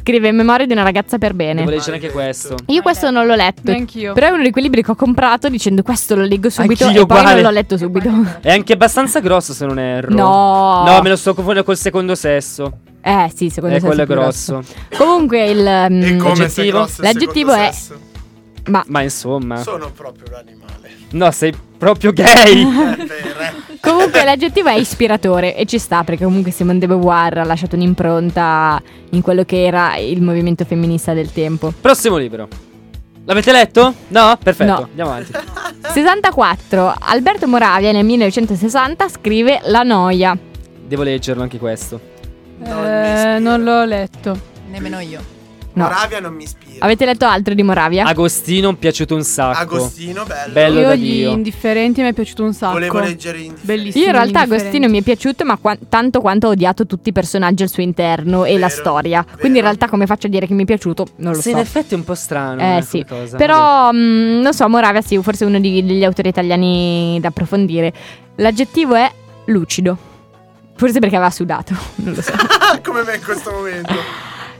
C: scrive Memoria di una ragazza per
B: Devo
C: bene.
B: leggere anche questo.
C: Io questo non l'ho letto.
D: Neanch'io.
C: Però è uno di quei libri che ho comprato dicendo questo lo leggo subito
B: Anch'io
C: e poi
B: uguale.
C: non l'ho letto
B: <laughs>
C: subito.
B: È
F: Eh.
B: anche abbastanza grosso se non erro.
C: No.
B: No, me lo sto confondendo col secondo sesso.
C: Eh sì, secondo
B: Eh,
C: me
B: quello è
C: più
B: grosso.
C: Comunque il mm,
A: E come sei
B: l'aggettivo-
A: grosso il
C: l'aggettivo
A: secondo
C: è- Ah.
A: sesso.
C: ma
B: Ma insomma.
A: Sono proprio un
C: <laughs>
A: animale.
B: No, sei proprio <laughs> gay.
A: È vero, eh.
C: Comunque l'aggettivo è ispiratore e ci sta perché comunque Simone de Beauvoir ha lasciato un'impronta in quello che era il movimento femminista del tempo.
B: Prossimo libro. L'avete letto? No? Perfetto.
C: No.
B: Andiamo avanti.
A: <laughs>
C: 64. Alberto Moravia nel 1960 scrive La noia.
B: Devo leggerlo anche questo.
A: <laughs> Non mi
D: Eh,
A: ispira.
D: non l'ho letto.
F: Nemmeno io.
C: No.
A: Moravia non mi ispira.
C: Avete letto altro di
B: Eh?
C: Moravia?
B: Agostino mi è piaciuto un sacco.
A: Agostino, bello.
B: Bello.
D: Io
B: da
D: gli
B: Dio.
D: indifferenti mi è piaciuto un sacco.
A: Volevo leggere in
D: Bellissimo.
A: <laughs>
C: Io in realtà
D: indifferenti.
C: Agostino mi è piaciuto, ma qua- tanto quanto ho odiato tutti i personaggi al suo interno e la
A: Vero,
C: storia.
A: vero.
C: Quindi in realtà come faccio a dire che mi è piaciuto? Non lo
B: Sì,
C: so.
B: in effetti è un po' strano.
C: Eh,
B: come
C: sì.
B: cosa.
C: Però mh, non so, Moravia sì, forse uno di- degli autori italiani da approfondire. L'aggettivo è lucido. Forse perché aveva sudato, <laughs> non lo
B: <laughs>
C: so.
A: Ah, Come me in questo momento.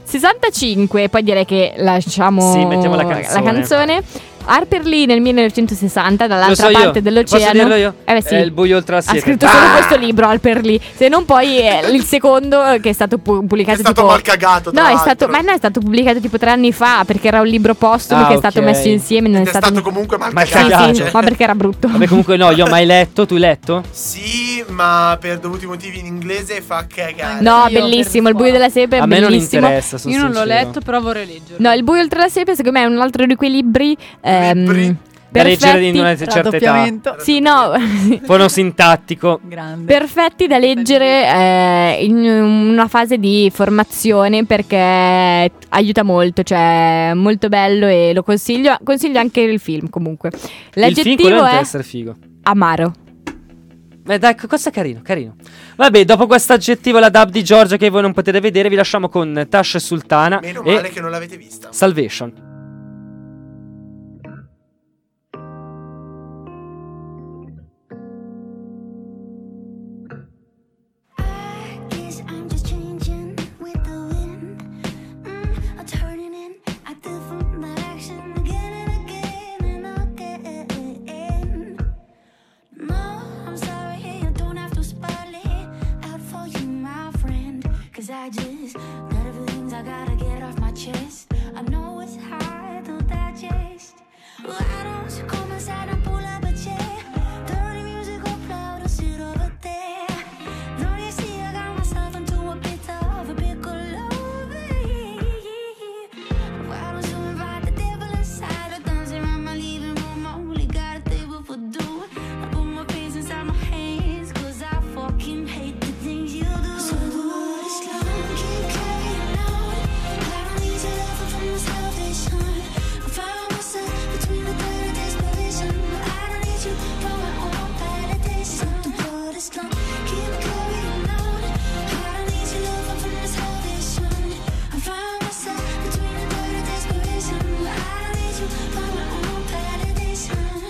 C: 65, poi direi che lasciamo
B: Sì, mettiamo la canzone.
C: canzone. Harper Lee nel 1960
B: Lo
C: dall'altra
B: so io.
C: parte dell'oceano.
B: Posso dirlo io?
C: Eh beh, sì.
B: È il buio oltre la
C: Ha
B: siepe.
C: scritto
B: Ah!
C: solo questo libro Harper Lee, se non poi eh, il secondo eh, che è stato pu-
A: È
C: pubblicato
A: stato
C: tipo
A: mal cagato. tra
C: No, è
A: l'altro.
C: stato, ma no, è stato pubblicato tipo tre anni fa perché era un libro postumo
B: Ah,
C: che è stato
B: ok.
C: messo insieme. Non è,
A: Ed è stato,
C: stato
A: comunque mal
B: Mal
A: cagato.
B: cagato.
C: Sì,
A: cioè.
C: sì, ma perché era brutto.
B: Vabbè, comunque no, io ho mai letto, tu hai letto?
A: Sì, ma per dovuti motivi in inglese fa cagare.
C: No,
F: Io per
C: bellissimo. Il buio
F: scuola.
C: della sepe è
B: a me non
C: bellissimo.
B: interessa, sono
D: Io non l'ho
B: sincero.
D: letto, però vorrei leggerlo.
C: No, il buio oltre la sepe, secondo me, è un altro di quei libri. ehm,
A: Libri.
B: Da leggere in
C: perfetti-
B: una certa età.
F: Raddoppiamento.
C: Sì, no. <laughs>
B: Fonosintattico.
F: Grande.
C: Perfetti da leggere eh, in una fase di formazione perché aiuta molto, cioè è molto bello e lo consiglio. Consiglio anche il film comunque.
B: il film quello
C: L'aggettivo
B: deve
C: è
B: essere figo.
C: amaro.
B: Beh, dai, co- cosa carino, carino. Vabbè, dopo questo aggettivo la dub di Giorgio che voi non potete vedere, vi lasciamo con Tash Sultana
A: Meno
B: e
C: Eh.
A: male che non l'avete vista.
B: Salvation.
H: I guess I'm just changing with the wind. Mm, I'm turning in a different direction again and again and again. No, I'm sorry, you don't have to spell it out for you, my friend. Cause I just got everything I gotta get off my chest. I know it's hard to digest. Why don't you come inside and pull up a chair? Dirty music or play the shit over there. Don't you see I got myself into a bit of a pickle over here? Why don't you invite the devil inside? I dance around my living room, I only got a table for two. I put my face inside my hands, cause I fucking hate the things you do. So do it slow, keep carrying out. I don't need your love from the salvation. I found myself between the third and desperation. I don't need you for my own validation. The world is long, keep carrying on. I don't need your love from the salvation. I found myself between the third and desperation. I don't need you for my own validation.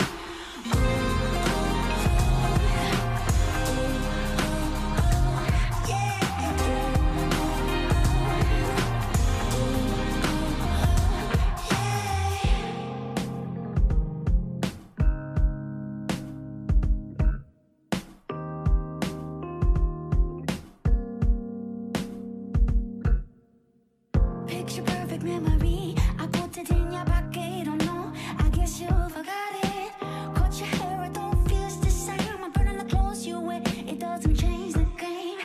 H: Picture perfect memory. I put it in your pocket. Oh no, I guess you forgot it. Caught your hair, I don't feel the same. I'm burning the clothes you wear. It doesn't change the game.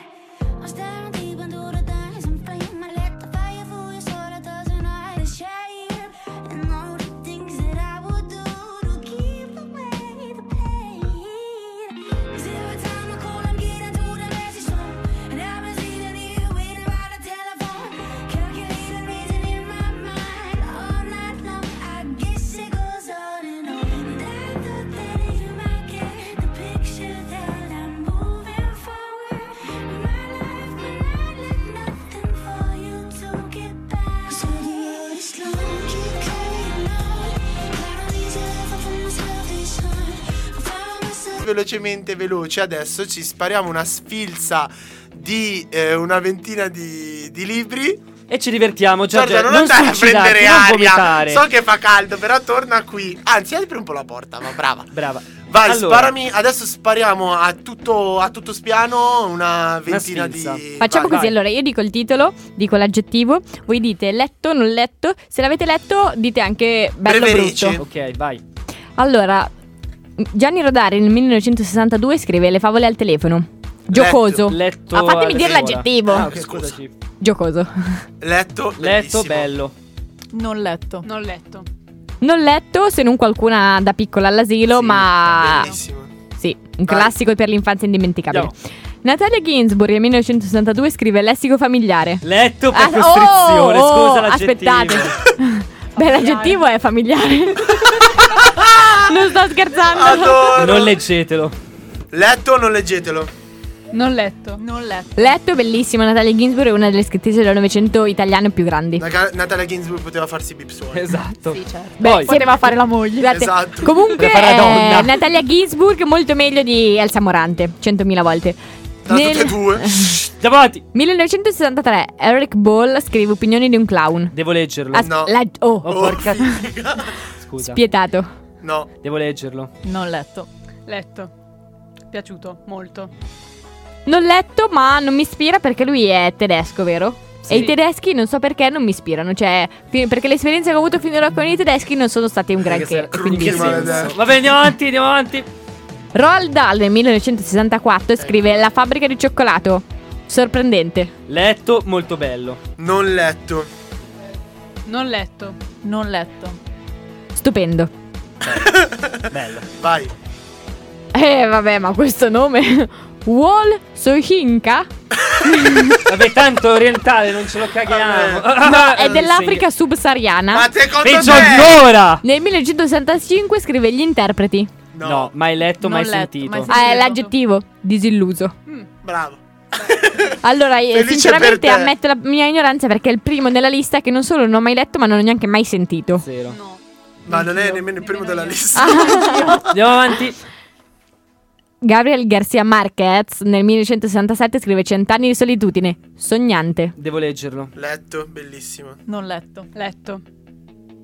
H: I'm staring deep into the dancing flame. I let the fire fool you so that doesn't hide the shame. And all the things that I would do to keep away the pain. Cause every time I call, I'm getting to the message phone. And I've been sitting here waiting by the telephone. Calculating reason in my mind all night long. I guess it goes on and on. And I thought that you might get the picture that I'm moving forward. My life when I left nothing for you to get back. So the road is long, keep carrying on. I don't need your love from the salvation. I found myself.
A: Velocemente, veloce, adesso ci spariamo una sfilza di eh, una ventina di, di libri.
B: E ci divertiamo, Giorgio.
A: Giorgia, non,
B: non
A: andare a
B: suicidarti,
A: prendere
B: non
A: aria.
B: vomitare.
A: So che fa caldo, però torna qui. Anzi, apri un po' la porta, ma brava.
B: Brava.
A: Vai,
B: Allora.
A: sparami. Adesso spariamo a tutto, a tutto spiano una ventina
B: sfilza.
A: di.
C: Facciamo
A: Vai.
C: così, allora io dico il titolo, dico l'aggettivo, voi dite letto, non letto, se l'avete letto dite anche bello
A: Breverici.
C: brutto.
B: Ok, vai.
C: Allora, Gianni Rodari nel 1962 scrive Le favole al telefono. Giocoso.
B: Letto.
C: Ah, fatemi dire
B: alla scuola.
C: l'aggettivo.
B: Ah, ok,
A: Scusa.
B: scusaci.
C: Giocoso.
A: Letto,
B: Letto
A: bellissimo.
B: bello.
F: Non letto.
D: Non ho letto.
C: Non letto se non qualcuna da piccola all'asilo,
A: Sì,
C: ma
A: Bellissimo.
C: sì, un classico per l'infanzia indimenticabile.
B: Andiamo.
C: Natalia Ginsburg nel 1962 scrive Lessico familiare.
B: Letto per
C: Ah,
B: costrizione,
C: oh, oh,
B: scusa l'aggettivo.
C: Aspettate.
B: <laughs>
C: Beh, l'aggettivo è familiare. non sto scherzando.
A: Adoro.
B: Non leggetelo.
A: Letto o non leggetelo?
D: Non letto.
F: Non letto.
C: Letto bellissimo, Natalia Ginsburg è una delle scrittrici del Novecento italiane più grandi.
A: Naga- Natalia Ginsburg poteva farsi bip suoni.
B: Esatto.
F: Sì, certo.
C: Beh,
B: Poi-
C: sì,
F: Poteva fare la moglie.
C: Scusate.
A: Esatto.
C: Comunque,
B: Deve fare la donna.
C: eh, Natalia Ginsburg molto meglio di Elsa Morante, 100.000 volte.
A: Da
C: Nel-
A: tutte e due.
C: <laughs>
B: Andiamo avanti.
C: 1963, Eric Ball scrive Opinioni di un clown.
B: Devo leggerlo.
C: As-
A: No.
C: la- oh,
B: Oh,
C: <laughs>
B: porca-
A: figa.
B: Scusa.
C: spietato.
A: <laughs> No.
B: Devo leggerlo.
F: Non letto.
D: Letto. Piaciuto, molto.
C: Non letto, ma non mi ispira perché lui è tedesco, vero?
D: Sì.
C: E i tedeschi non so perché non mi ispirano, cioè fi- perché le esperienze che ho avuto finora con i tedeschi non sono state un
B: Perché
C: granché.
B: se- quindi
A: crunchi
B: che
A: maledetto.
B: senso? Va bene, andiamo avanti, andiamo avanti.
C: Roald Dahl nel 1964 scrive La fabbrica di cioccolato. Sorprendente.
B: Letto, molto bello.
A: Non letto. <laughs>
D: Non letto.
F: Non letto.
C: Stupendo.
B: Bello.
A: Vai.
C: Eh vabbè, ma questo nome <laughs> Wall Sohinka
B: Vabbè, tanto orientale, non ce lo caghiamo. <laughs>
C: no, è dell'Africa subsahariana.
A: Ah, eh, Ma te conto
B: Peggio
A: te?
B: ancora.
C: Nel 1965 scrive Gli interpreti.
B: No. mai letto,
F: Non
B: mai
F: letto,
B: sentito.
F: mai sentito.
C: Ah, è l'aggettivo disilluso.
A: Bravo.
C: Allora, eh,
A: Felice
C: sinceramente
A: per te.
C: ammetto la mia ignoranza perché è il primo nella lista che non solo non ho mai letto, ma non ho neanche mai sentito.
B: Zero.
D: No.
A: Ma non è
D: Anch'io,
A: nemmeno il primo
D: nemmeno
A: della
D: io.
A: lista.
B: Andiamo avanti.
C: Gabriel Garcia Marquez nel 1967 scrive Cent'anni di solitudine, sognante.
B: Devo leggerlo.
A: Letto, bellissimo.
F: Non letto.
D: Letto.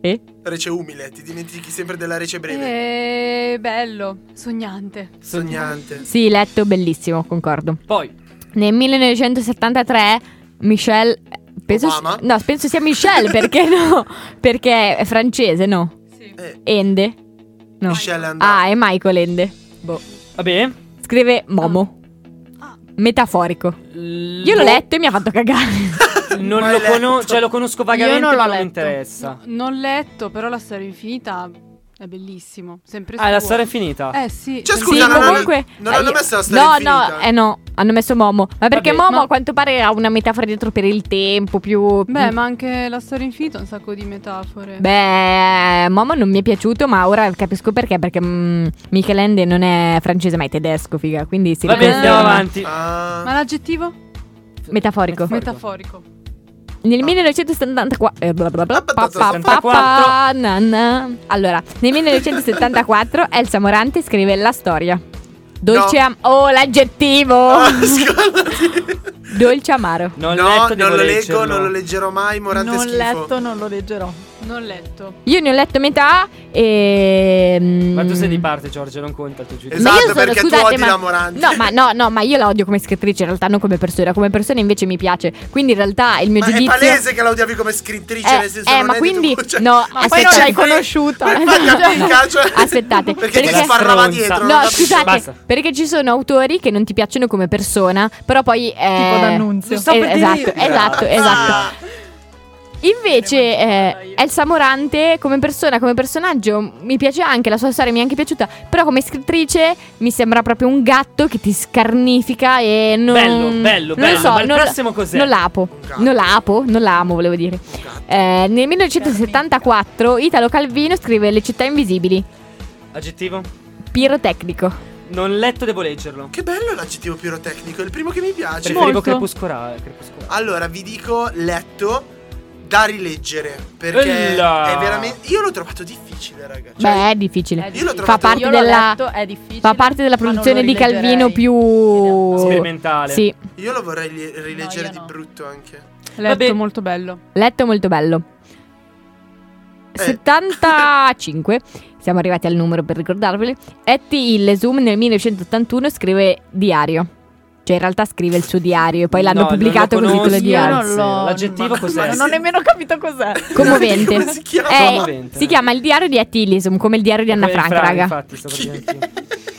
C: E?
A: Rece umile, ti dimentichi sempre della rece breve.
D: Eh, bello. Sognante.
A: Sognante.
C: Sì, letto bellissimo, concordo.
B: Poi,
C: Nel 1973 Michel penso, si-
A: Obama?
C: no, penso sia Michel perché no? Perché è francese, no?
D: Sì.
A: Eh,
C: Ende. No.
A: Michelle Andrea.
C: Ah, è Michael Ende. Boh.
B: va bene.
C: Scrive Momo. Metaforico. Io l'ho letto e mi ha fatto cagare.
B: Non
A: Mai
B: lo
A: letto.
B: conosco, cioè lo conosco vagamente,
F: Io non
B: ma
F: l'ho
B: non mi
F: letto.
B: interessa.
D: Non letto, però la storia infinita è bellissimo. Sempre
B: Ah, la
D: suo.
B: storia è finita.
D: Eh sì. sempre
A: Cioè, <laughs> scusa,
D: suo.
C: sì,
A: non hanno-
C: comunque.
A: non hanno
C: eh, io-
A: messo la storia
C: No,
A: infinita?
C: no, eh no, hanno messo Momo. Ma perché
B: Vabbè,
C: Momo
B: ma-
C: a quanto pare ha una metafora dietro per il tempo più
D: Beh, ma anche la storia infinita ha un sacco di metafore.
C: Beh, Momo non mi è piaciuto, ma ora capisco perché. Perché mm, Michelende non è francese, ma è tedesco, figa. Quindi si
B: Va bene,
C: riconferma.
B: andiamo avanti.
A: Ah. <laughs>
D: Ma l'aggettivo?
C: Metaforico.
D: Metaforico.
C: Nel 1974. eh, bla bla bla, pa, pa, pa,
B: 74.
C: na, na. Allora, nel 1974 Elsa Morante scrive La storia. Dolce
A: No.
C: am- Oh, l'aggettivo! <laughs>
A: Ascoltati.
C: Dolce amaro.
B: Non
A: Ah, No,
B: letto, devo
A: non lo leggo,
B: leggerlo.
A: non lo leggerò mai, Morante è
F: non
A: schifo.
F: letto, non lo leggerò.
D: Non letto.
C: Io ne ho letto metà e. mm,
B: Ma tu sei di parte, Giorgio, non conta il tuo giudizio.
C: Ma io
A: Esatto,
C: sono-
A: perché tu
C: scusate,
A: odi
C: ma-
A: la Morante.
C: No, ma no, no, ma io la odio come scrittrice, in realtà non come persona. Come persona invece mi piace. Quindi in realtà il mio
A: Ma è
C: giudizio.
A: palese che la odiavi come scrittrice,
C: Eh,
A: nel senso
C: eh,
A: non
C: ma
A: è
C: quindi-
A: di tu, <laughs> cioè-
C: no, Ah, Ma poi non
A: aspetta-
C: l'hai
F: conosciuta.
C: <laughs>
A: Ma infatti, applica, cioè-
C: aspettate,
A: <laughs> Perché, ti
C: perché-
A: sparrava
B: Stronza.
A: dietro.
B: non
C: No,
A: non capisco.
C: scusate,
B: Basta.
C: perché ci sono autori che non ti piacciono come persona, però poi. eh,
F: Tipo d'annunzio.
B: sto
C: eh,
B: per
C: esatto,
B: dire-
C: esatto,
B: Ah.
C: esatto.
A: Ah,
C: Invece eh, Elsa Morante come persona, come personaggio mi piace anche, la sua storia mi è anche piaciuta, però come scrittrice mi sembra proprio un gatto che ti scarnifica e non...
B: Bello, bello,
C: non
B: bello,
C: lo so,
B: ma il
C: non,
B: prossimo cos'è?
C: Non l'apo,
A: Un gatto.
C: non l'apo, non la amo volevo dire.
A: un gatto.
C: Eh, nel 1974 Italo Calvino scrive Le città invisibili,
B: Aggettivo?
C: pirotecnico.
B: Non letto, devo leggerlo.
A: Che bello l'aggettivo pirotecnico, è il primo che mi piace.
B: Preferivo
D: Molto.
B: crepuscolare. crepuscolare.
A: Allora, vi dico letto da rileggere. Perché
B: Bella.
A: è veramente. Io l'ho trovato difficile, raga. Cioè,
C: Beh, è difficile.
A: Io l'ho trovato-
C: Eh, Fa parte,
F: Io l'ho
C: della,
F: letto, è difficile.
C: fa parte della
F: ma non lo
C: produzione di
F: rileggerei.
C: Calvino più...
F: In
B: Sperimentale.
C: Sì,
A: Io lo vorrei li- rileggere
F: No, io
A: di
F: no.
A: brutto anche.
D: Letto
B: Vabbè.
D: molto bello.
C: Letto molto bello.
A: Eh.
C: 75, siamo arrivati al numero per ricordarveli. Etty Hillesum nel 1981 scrive diario. Cioè in realtà scrive il suo diario e poi l'hanno
B: No, non lo
C: pubblicato col
B: conosco.
C: titolo
F: Io
C: diario.
F: non l'ho.
B: L'aggettivo
F: ma-
B: cos'è?
F: ma Non ho nemmeno capito cos'è.
C: <laughs> Commovente.
A: Come si chiama?
C: Eh,
B: Commovente.
C: si chiama il diario di Etty Hillesum, come il diario di Anna
B: Quel
C: Frank,
B: fra-
C: raga.
B: Infatti, sto per dire anch'io.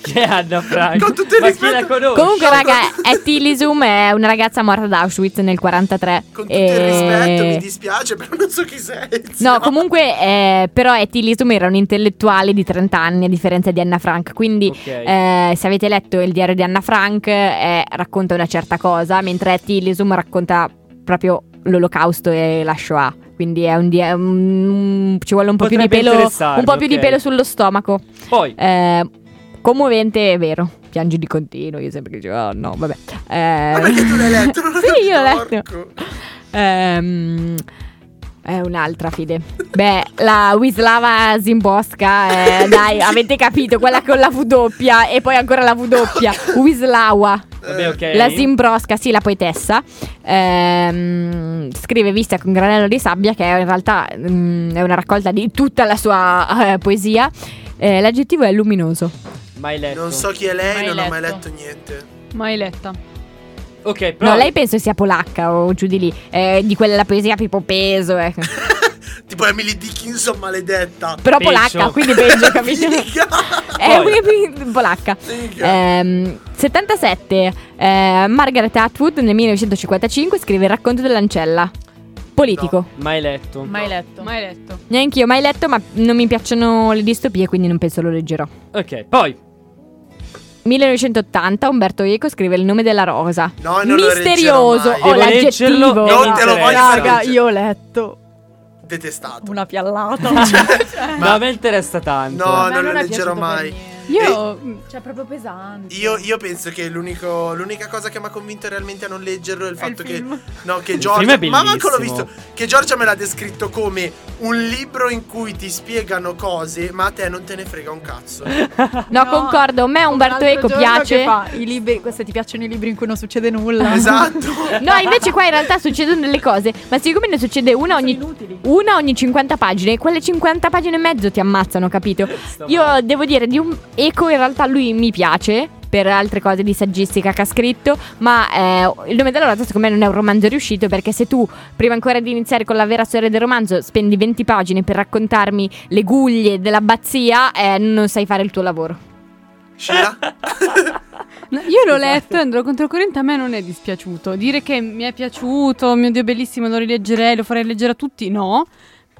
B: Che Anna Frank?
A: Con tutto il
B: Ma chi la
A: rispetto-
B: conosce?
C: Comunque,
A: <laughs>
C: raga, Etty Lisum è una ragazza morta ad Auschwitz nel 43.
A: Con tutto
C: e-
A: il rispetto, mi dispiace, però non so chi sei.
C: Eh. No,
A: zio.
C: comunque, eh, però Etty Lisum era un intellettuale di 30 anni, a differenza di Anna Frank. Quindi,
B: Ok.
C: eh, se avete letto il diario di Anna Frank, eh, racconta una certa cosa, mentre Etty Lisum racconta proprio l'olocausto e la Shoah. Quindi è un, di- è un- ci vuole un po' più di
B: Potrebbe
C: pelo,
B: interessarvi,
C: un po' più di
B: ok.
C: pelo sullo stomaco.
B: Poi,
C: Eh, commovente, è vero. Piangi di continuo. Io sempre dicevo, "Oh, no, vabbè. Eh,
A: Ma perché tu l'hai letto?
C: <laughs>
A: Non ho
C: sì, io l'ho
A: capito,
C: letto.
A: porco.
C: Ehm, è un'altra fide. Beh, la Wislava Zimboska, eh,
A: <laughs>
C: dai, avete capito, quella con la V doppia e poi ancora la V doppia. Wislawa.
B: vabbè, ok.
C: La Zimbrosca, sì, la poetessa, ehm, scrive Vista con granello di sabbia, che è in realtà mm, è una raccolta di tutta la sua eh, poesia. Eh, l'aggettivo è luminoso.
B: Mai letto.
A: Non so chi è lei,
F: Mai
A: non ho mai
F: letto.
A: letto niente.
D: Mai letta.
B: Ok, però
C: No, lei penso sia polacca o giù di lì, eh, di quella poesia tipo peso, eh.
A: Tipo Emily Dickinson maledetta.
C: però
B: Peggio.
C: polacca, quindi peggio,
A: <laughs>
C: Eh, capito?
A: Figa.
C: è
B: Poi.
C: una polacca.
A: Figa.
C: Ehm, 77, eh, Margaret Atwood nel 1955 scrive Il racconto dell'ancella. Politico.
B: mai letto.
F: Mai letto.
D: Mai letto.
C: Neanch'io ho mai letto, ma non mi piacciono le distopie, quindi non penso lo leggerò.
B: Ok, poi
C: 1980 Umberto Eco scrive Il nome della rosa.
A: No, non lo
C: Misterioso,
A: leggerò
C: ho
A: mai.
B: Devo leggerlo,
C: l'aggettivo.
B: non
A: Oh, te lo voglio far
F: Raga,
A: leggere.
F: io ho letto
A: Detestato.
F: una
A: <laughs>
F: piallata. <laughs>
B: ma, a me interessa tanto.
A: No,
F: A me
A: non lo
F: è piaciuto
A: leggerò
F: per
A: mai.
F: niente.
D: Io mh,
F: Cioè, proprio pesante.
A: Io, io penso che l'unico, l'unica cosa che mi ha convinto realmente a non leggerlo è il
F: È il
A: fatto che.
F: film.
A: No, che
B: Il
A: Giorgia.
B: film è
A: Ma manco l'ho
B: bellissimo.
A: visto. Che Giorgia me l'ha descritto come un libro in cui ti spiegano cose, ma a te non te ne frega un cazzo.
C: No, concordo, a me Umberto
F: L'altro
C: Eco
F: giorno che
C: piace.
F: fa i libri, se ti piacciono i libri in cui non succede nulla. <laughs>
A: esatto.
C: No, invece qua in realtà succedono delle cose, ma siccome ne succede una
F: Sono
C: ogni
F: inutili.
C: una ogni 50 pagine, quelle 50 pagine e mezzo ti ammazzano, capito?
B: Sta
C: Io
B: male.
C: devo dire di un Eco in realtà lui mi piace per altre cose di saggistica che ha scritto, ma eh, il nome della rosa secondo me non è un romanzo riuscito perché se tu prima ancora di iniziare con la vera storia del romanzo spendi 20 pagine per raccontarmi le guglie dell'abbazia, eh, non sai fare il tuo lavoro.
A: Scira.
D: No, io
C: Esatto.
D: l'ho letto e andrò contro il corrente, a me non è dispiaciuto. Dire che mi è piaciuto, mio Dio bellissimo, lo rileggerei, lo farei leggere a tutti, no.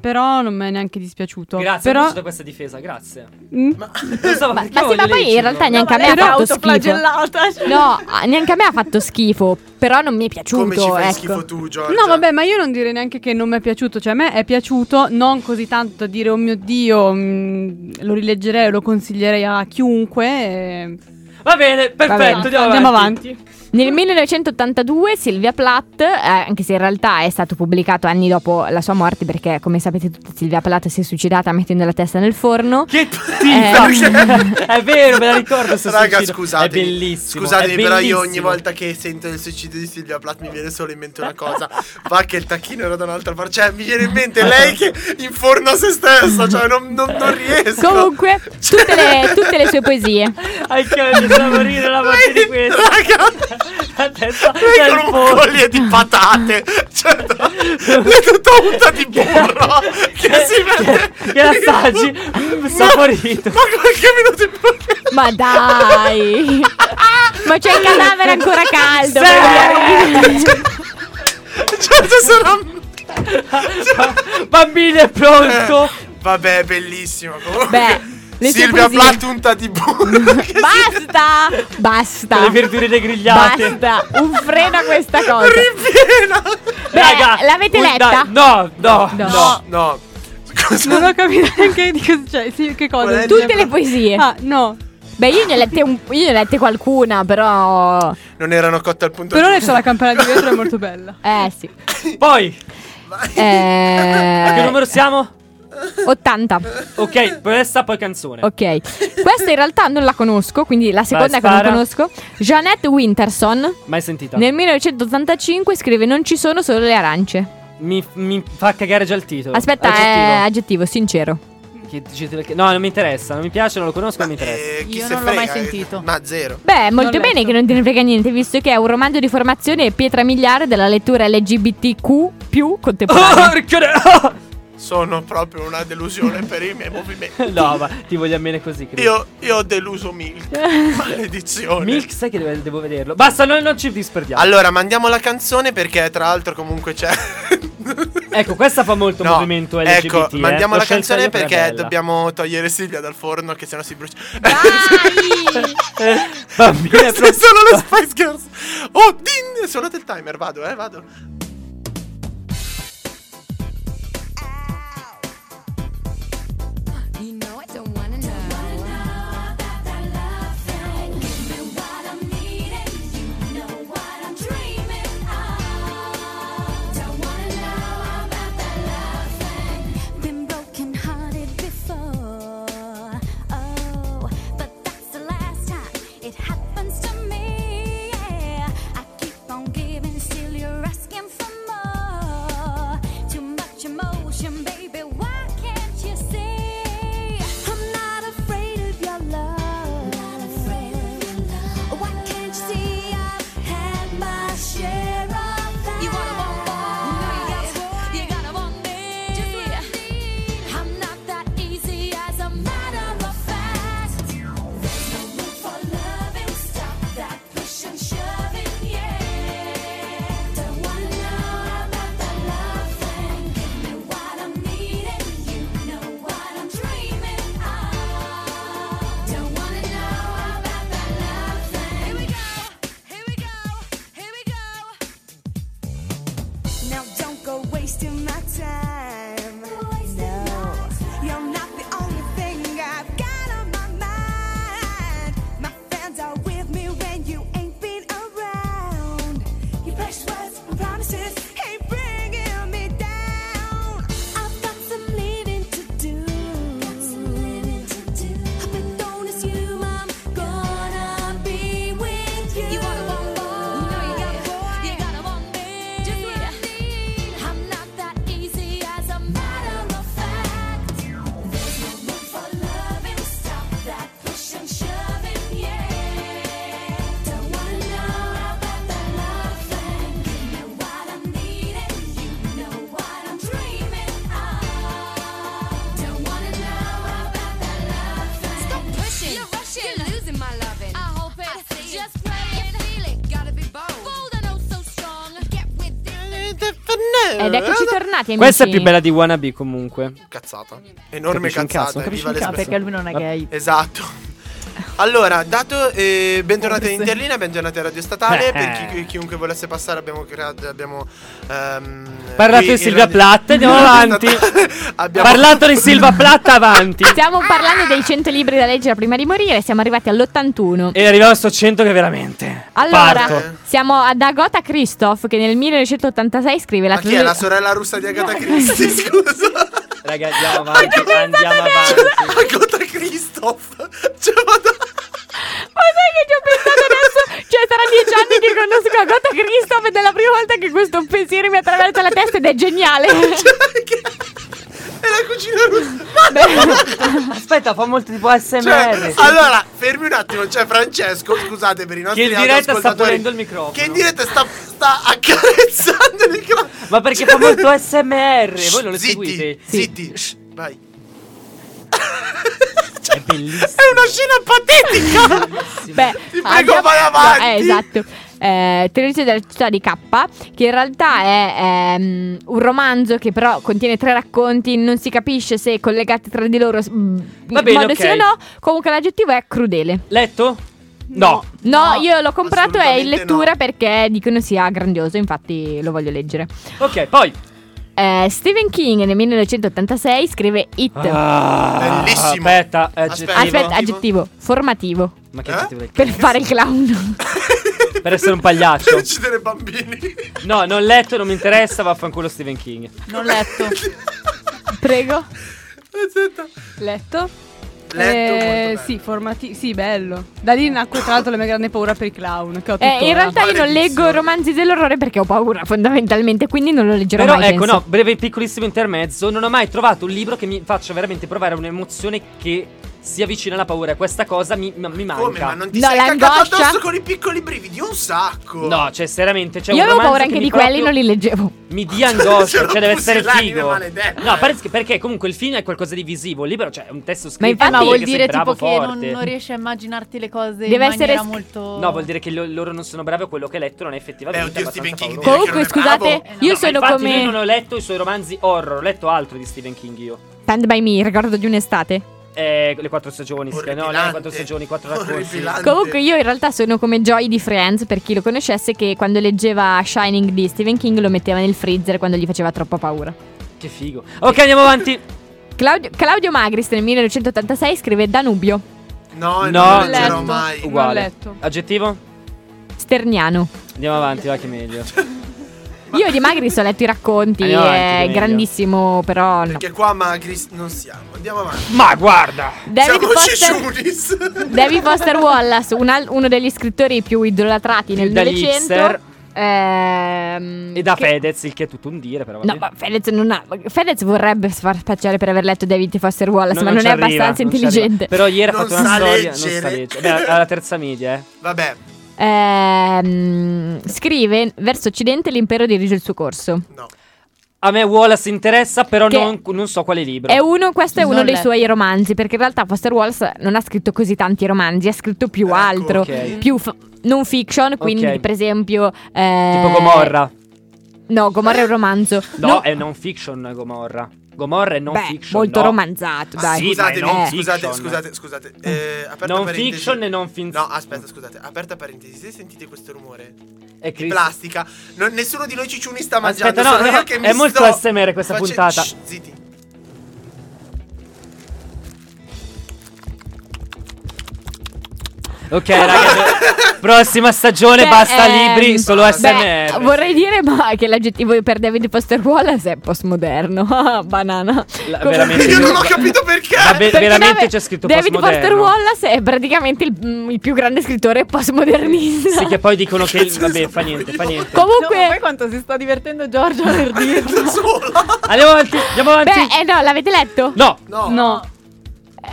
D: Però non mi è neanche dispiaciuto.
B: Grazie
D: Però...
B: per questa difesa, grazie.
D: Mm.
B: Non so,
C: Ma,
B: perché
C: ma sì, ma
B: voglio
C: poi in
B: leggerlo?
C: realtà neanche a me
F: Però
C: ha fatto schifo.
F: autoflagellata. cioè.
C: No, neanche a me ha fatto schifo, però non mi è piaciuto.
A: Come ci fai
C: ecco.
A: schifo tu, Giorgia?
D: No, vabbè, ma io non direi neanche che non mi è piaciuto. Cioè, a me è piaciuto, non così tanto da dire, oh mio Dio, mm, lo rileggerei, lo consiglierei a chiunque. eh.
B: Va bene, perfetto,
C: Vabbè,
B: andiamo,
D: Andiamo
B: avanti.
D: avanti.
C: Nel 1982 Silvia Plath, eh, anche se in realtà è stato pubblicato anni dopo la sua morte perché come sapete tutti Silvia Plath si è suicidata mettendo la testa nel forno.
B: Che
C: Eh,
B: tifa! Eh, <laughs> è vero, me la ricordo se
A: Raga,
B: suicidio.
A: scusatemi.
B: È bellissimo.
A: Scusatemi,
B: è
A: però io ogni
B: bellissimo.
A: volta che sento il suicidio di Silvia Plath mi viene solo in mente una cosa. Va che il tacchino era da un'altra parte. Cioè, mi viene in mente lei che inforna se stessa. Cioè, non, non, non riesco.
C: Comunque, tutte le, tutte le sue poesie.
B: Anche io mi sta morire la morte di questo.
A: Raga,
B: La testa
A: lei
B: del
A: con un
B: pollo.
A: foglio di patate. Cioè, lei tutta unta di burro. Che, si vede.
B: <laughs> Che assaggi? Mm, saporito.
A: Ma qualche minuto in più.
C: Ma dai! Ma c'è il cadavere ancora caldo!
B: Sì!
C: magari.
A: Certo, sarà.
B: Bambino è pronto.
A: <laughs> Eh. Vabbè, bellissimo. Comunque.
C: Beh, le sue
A: Silvia
C: poesie-
A: Plath unta di burro. che si-
C: Basta! Basta!
B: Le verdurine grigliate.
C: Basta! Un freno a questa cosa!
A: Ripiena.
C: Beh, l'avete
B: un-
C: letta?
B: No, no, no.
A: No, no. Cosa?
D: Non ho capito
B: <laughs>
D: neanche di cosa. Cioè, sì, che
A: Qual è
D: cosa?
A: il
C: Tutte le poesie.
D: Ah, no.
C: Beh, io ne ho lette, un- io ne ho lette qualcuna, però.
A: Non erano cotte al punto
D: Però
A: giusto.
D: adesso la campana di vetro è molto bella.
C: Eh sì.
B: Poi, a che
C: Eh,
B: numero siamo?
C: 80.
B: Ok, resta poi canzone.
C: Ok. Questa in realtà non la conosco, quindi la seconda che non
B: spara.
C: conosco. Jeanette Winterson
B: Mai sentita.
C: nel 1985 scrive Non ci sono solo le arance.
B: Mi, mi fa cagare già il titolo.
C: Aspetta, eh,
B: Aggettivo.
C: è aggettivo, sincero.
B: Che dici- che- No, non mi interessa, non mi piace, non lo conosco, non <laughs> mi interessa.
A: Eh, chi
F: Io
A: se
F: non l'ho mai
A: frega,
F: sentito.
A: Ma zero.
C: Beh, molto
D: letto.
C: bene che non te ne frega niente, visto che è un romanzo di
B: <laughs>
C: formazione e pietra miliare della lettura LGBTQ più contemporanea.
B: Porca de-
A: sono proprio una delusione per i miei movimenti.
B: <laughs> No, ma ti vogliamo bene così, Chris.
A: Io, io ho deluso Milk. Maledizione.
B: Milk, sai che deve- devo vederlo. Basta, noi non ci disperdiamo.
A: Allora, mandiamo la canzone perché tra l'altro comunque c'è... <laughs>
B: ecco, questa fa molto
A: No,
B: movimento LGBT.
A: Ecco,
B: eh.
A: mandiamo
B: L'ho
A: la
B: scelta
A: canzone
B: io perché è
A: perché
B: bella.
A: dobbiamo togliere Silvia dal forno che sennò si brucia. <laughs>
B: Eh, Va bene,
A: Queste
B: pro-
A: sono
B: <laughs>
A: le Spice Girls. Oh, din! Suonate il timer, vado, eh, vado.
I: You know I don't wanna know.
J: Been broken-hearted before, oh, but that's the last time it happens to me. Yeah, I keep on giving, still you're asking for more. Too much emotion, baby, why can't you see? I'm not afraid of your love. Not afraid of your love. Why can't you see I've had my share of that? You wanna want more? You gotta want me. Just what I need. I'm not that easy as a matter of fact. There's no room for loving. Stop that push and shoving, yeah. Don't wanna know about that love thing. Give me what I'm needing. You know what I'm dreaming of. Don't wanna know about that love thing. Here we go. Here we go. Here we go. Now don't go wasting my time. No, you're not the only thing I've got on my mind. My fans are with me when you ain't been around. Your fresh words and promises ain't bringing me down. I've got some leaving to do. But don't assume I'm gonna be with you. You wanna want more? You know you gotta want. You gotta want me. Just what I need. I'm not that easy as a matter of fact. There's no room for loving. Stop that push and shoving, yeah. Don't wanna know about that love thing. Give me what I'm needing. You know what I'm dreaming of. Don't wanna know about that love thing. Stop pushing. You're rushing. You're losing my loving. I hope it. I see Just it. pray and feel it. Gotta be bold. Bold and oh so strong. Get with it.
C: Ed eccoci tornati, amici.
B: Questa è più bella di Wannabe comunque.
A: Cazzata. Enorme
B: Capisci un
A: cazzata.
B: cazzo, non capisci
A: Viva
B: un
A: le
B: cazzo.
A: espressioni.
K: perché lui non è
B: Vabbè.
K: gay.
A: Esatto. Allora, dato eh, bentornati
K: Forse.
A: ad Interlina, bentornati a Radio Statale.
B: Eh.
A: Per chi- chiunque volesse passare, abbiamo creato. Abbiamo. ehm,
B: Parlato
A: qui
B: di
A: il
B: Silvia
A: radio- <laughs>
B: Plath, andiamo avanti.
A: abbiamo
B: Parlato di
A: <laughs>
B: Silva Platta avanti.
C: Stiamo parlando dei 100 libri da leggere prima di morire, siamo arrivati all'81.
B: E arrivava sto 100 che veramente.
C: Allora,
B: Parto.
C: siamo ad Agota Christoph che nel 1986 scrive la
A: Ma chi è la
C: trilogia...
A: sorella russa di
C: <laughs>
A: Agatha Christie? Scusa. Cioè,
B: Raga, andiamo
A: <laughs>
B: avanti. Andiamo avanti.
A: Agatha Christoph. Cioè, vado.
C: Ma sai che ci ho pensato adesso? Cioè, sarà dieci anni che conosco Agota Christoph ed è la prima volta che questo pensiero mi attraversa la testa ed è geniale.
A: Cioè, che- È la cucina russa.
B: Aspetta, fa molto tipo ASMR.
A: Cioè, allora, fermi un attimo. C'è Francesco, scusate per i nostri
B: Che in diretta sta
A: ascoltatori,
B: pulendo il microfono.
A: Che in diretta sta, sta accarezzando il microfono.
B: Ma perché fa molto ASMR? Voi non lo
A: Zitti,
B: seguite?
A: Zitti, shh, vai.
B: È bellissimo.
A: È una scena
B: <laughs>
A: patetica.
C: Beh,
A: <laughs> Ti prego, vai avanti.
C: eh, esatto. Eh, Trilogia della città di K, che in realtà è ehm, un romanzo che però contiene tre racconti, non si capisce se collegati tra di loro s- mm,
B: Va
C: in
B: bene,
C: modo
B: ok.
C: sì o no. Comunque l'aggettivo è crudele.
B: Letto? No.
C: No, io l'ho comprato è in
A: assolutamente
C: lettura
A: no.
C: perché dicono sia grandioso, infatti lo voglio leggere.
B: Ok, poi.
C: Eh, Stephen King nel 1986 scrive It.
B: Ah,
A: Bellissimo.
B: Aspetta,
A: Aspetta.
B: aggettivo.
C: Aspetta,
A: aggettivo.
C: aggettivo, formativo,
B: Ma che
A: Eh?
B: aggettivo del
C: per
B: cazzo?
C: fare il clown. <laughs>
B: <laughs> Per essere un pagliaccio.
A: Per uccidere bambini.
B: No, non letto, non mi interessa, vaffanculo Stephen King.
K: Non letto.
D: Prego.
A: Aspetta.
D: Letto.
A: Letto molto
D: Eh,
A: bello.
D: sì, formati- sì, bello. Da lì nacque tra l'altro la mia grande paura per i clown. Che ho
C: Eh, in
D: tuttora.
C: realtà io non
A: Maledizio.
C: leggo romanzi dell'orrore perché ho paura fondamentalmente, quindi non lo leggerò
B: Però
C: mai.
B: ecco,
C: penso.
B: no, breve piccolissimo intermezzo, non ho mai trovato un libro che mi faccia veramente provare un'emozione che si avvicina la paura. E questa cosa mi, mi- mi manca.
A: Come? Ma non ti
C: No,
A: sei cagato
C: l'angoscia-
A: addosso con i piccoli brividi un sacco. <laughs>
B: No, cioè, seriamente. C'è
C: Io
B: un
C: avevo
B: romanzo
C: paura
B: che
C: anche di
B: mi
C: quelli,
B: proprio-
C: non li leggevo.
B: Mi dia
A: <laughs>
B: angoscia,
A: Se
B: cioè
A: non
B: deve
A: fossi
B: essere
A: l'anima
B: figo.
A: maledetta. eh.
B: No, perché, perché comunque il film è qualcosa di visivo, lì però c'è un testo scritto.
C: Ma infatti-
B: che
C: ma vuol
B: sei
F: Eh, dire tipo
B: bravo,
F: che non,
B: forte.
F: non riesci a immaginarti le cose
C: Deve
F: in
C: essere
F: maniera
C: sc-
F: molto...
B: No, vuol dire che lo- loro non sono bravi o quello che hai letto non è
A: Beh,
B: effettivamente
A: oddio, Stephen
B: abbastanza
A: King
C: Comunque,
A: direi
B: pauroso.
A: che non è
C: scusate,
A: bravo.
F: Eh, no,
C: io
F: ma
C: sono
B: Infatti io
C: come
B: non ho letto i suoi romanzi horror, ho letto altro di Stephen King io.
C: Stand by Me, ricordo di un'estate.
B: Eh, le quattro stagioni, si chiama- no, non le quattro
A: Orripilante.
B: stagioni, quattro racconti.
A: Orripilante.
C: Comunque io in realtà sono come Joy di Friends, per chi lo conoscesse, che quando leggeva Shining di Stephen King lo metteva nel freezer quando gli faceva troppa paura.
B: Che figo. Ok, andiamo avanti.
C: Claudio, Claudio Magris nel 1986 scrive Danubio,
A: No,
B: No,
A: non lo
B: letto.
A: leggerò mai.
B: Uguale.
D: Non ho letto.
B: Aggettivo?
C: Sterniano.
B: Andiamo avanti, va che
A: <laughs>
B: è meglio.
C: Io di Magris ho letto i racconti,
B: Andiamo avanti,
C: è
B: meglio.
C: grandissimo, però no.
A: Perché qua magri non siamo. Andiamo avanti.
B: Ma guarda!
C: David
A: siamo
C: Foster,
A: Cesciunis.
C: David Foster Wallace, un al- uno degli scrittori più idolatrati nel
B: Dagli hipster.
C: Novecento. ehm,
B: E da
C: che-
B: Fedez, il che è tutto un dire, però. va
C: No,
B: bene.
C: ma Fedez, non ha- Fedez vorrebbe far piacere per aver letto David Foster Wallace,
B: No,
C: ma non,
B: ci
C: è
B: arriva,
C: abbastanza
B: non ci arriva.
C: intelligente.
B: Però ieri ha
A: Non
B: fatto una
A: sa
B: storia. Non sa
A: leggere.
B: leggere. Beh, alla terza media, eh.
A: <laughs> Vabbè,
C: Ehm, scrive verso occidente l'impero dirige il suo corso.
A: no.
B: A me Wallace interessa, però
C: Che-
B: non, non so quale libro.
C: È uno, questo è
F: Non
C: uno dei
F: letto.
C: suoi romanzi, perché in realtà Foster Wallace non ha scritto così tanti romanzi, ha scritto più
A: Ecco,
C: altro,
B: Ah, ok.
C: più f- non fiction, quindi
B: Ok.
C: per esempio... eh,
B: Tipo Gomorra.
C: No, Gomorra è un romanzo.
B: No,
C: No,
B: è non fiction Gomorra. Gomorra è non
C: beh,
B: fiction.
C: molto
B: no.
C: romanzato,
A: Ah,
C: dai.
B: sì,
A: scusatemi,
B: ma è non
A: scusate,
B: fiction.
A: scusate, scusate. Eh, aperta
B: Non
A: parentesi.
B: fiction e non finzione.
A: No, aspetta, scusate. Aperta parentesi. Se sentite questo rumore
B: È
A: di
B: Chris-
A: plastica, non- nessuno di noi cicciuni sta mangiando.
B: Aspetta, no,
A: sono
B: no,
A: io che mi
B: è
A: sto
B: molto ASMR questa
A: face-
B: puntata.
A: Shh, zitti.
B: Ok,
A: <laughs>
B: ragazzi. prossima stagione,
C: Beh,
B: basta
C: ehm,
B: libri, solo
C: beh,
B: SMR.
C: vorrei dire ma che l'aggettivo per David Foster Wallace è postmoderno. <laughs> Ah, Banana.
B: La-
C: Come-
B: veramente.
A: Io non ho capito perché.
B: Va bene.
C: Perché
B: veramente
C: David-
B: c'è scritto
C: David Foster
B: postmoderno.
C: Wallace è praticamente il, mm, il più grande scrittore postmodernista.
B: Sì, che poi dicono che.
A: Che
B: Vabbè,
A: senso
B: fa niente, fa niente.
F: No, ma poi
C: <laughs> Comunque,
F: quanto si sta divertendo Giorgio per dirlo.
A: <laughs> Da sola.
B: Andiamo avanti, andiamo avanti.
C: beh, eh, no, l'avete letto?
B: No,
A: No.
D: No.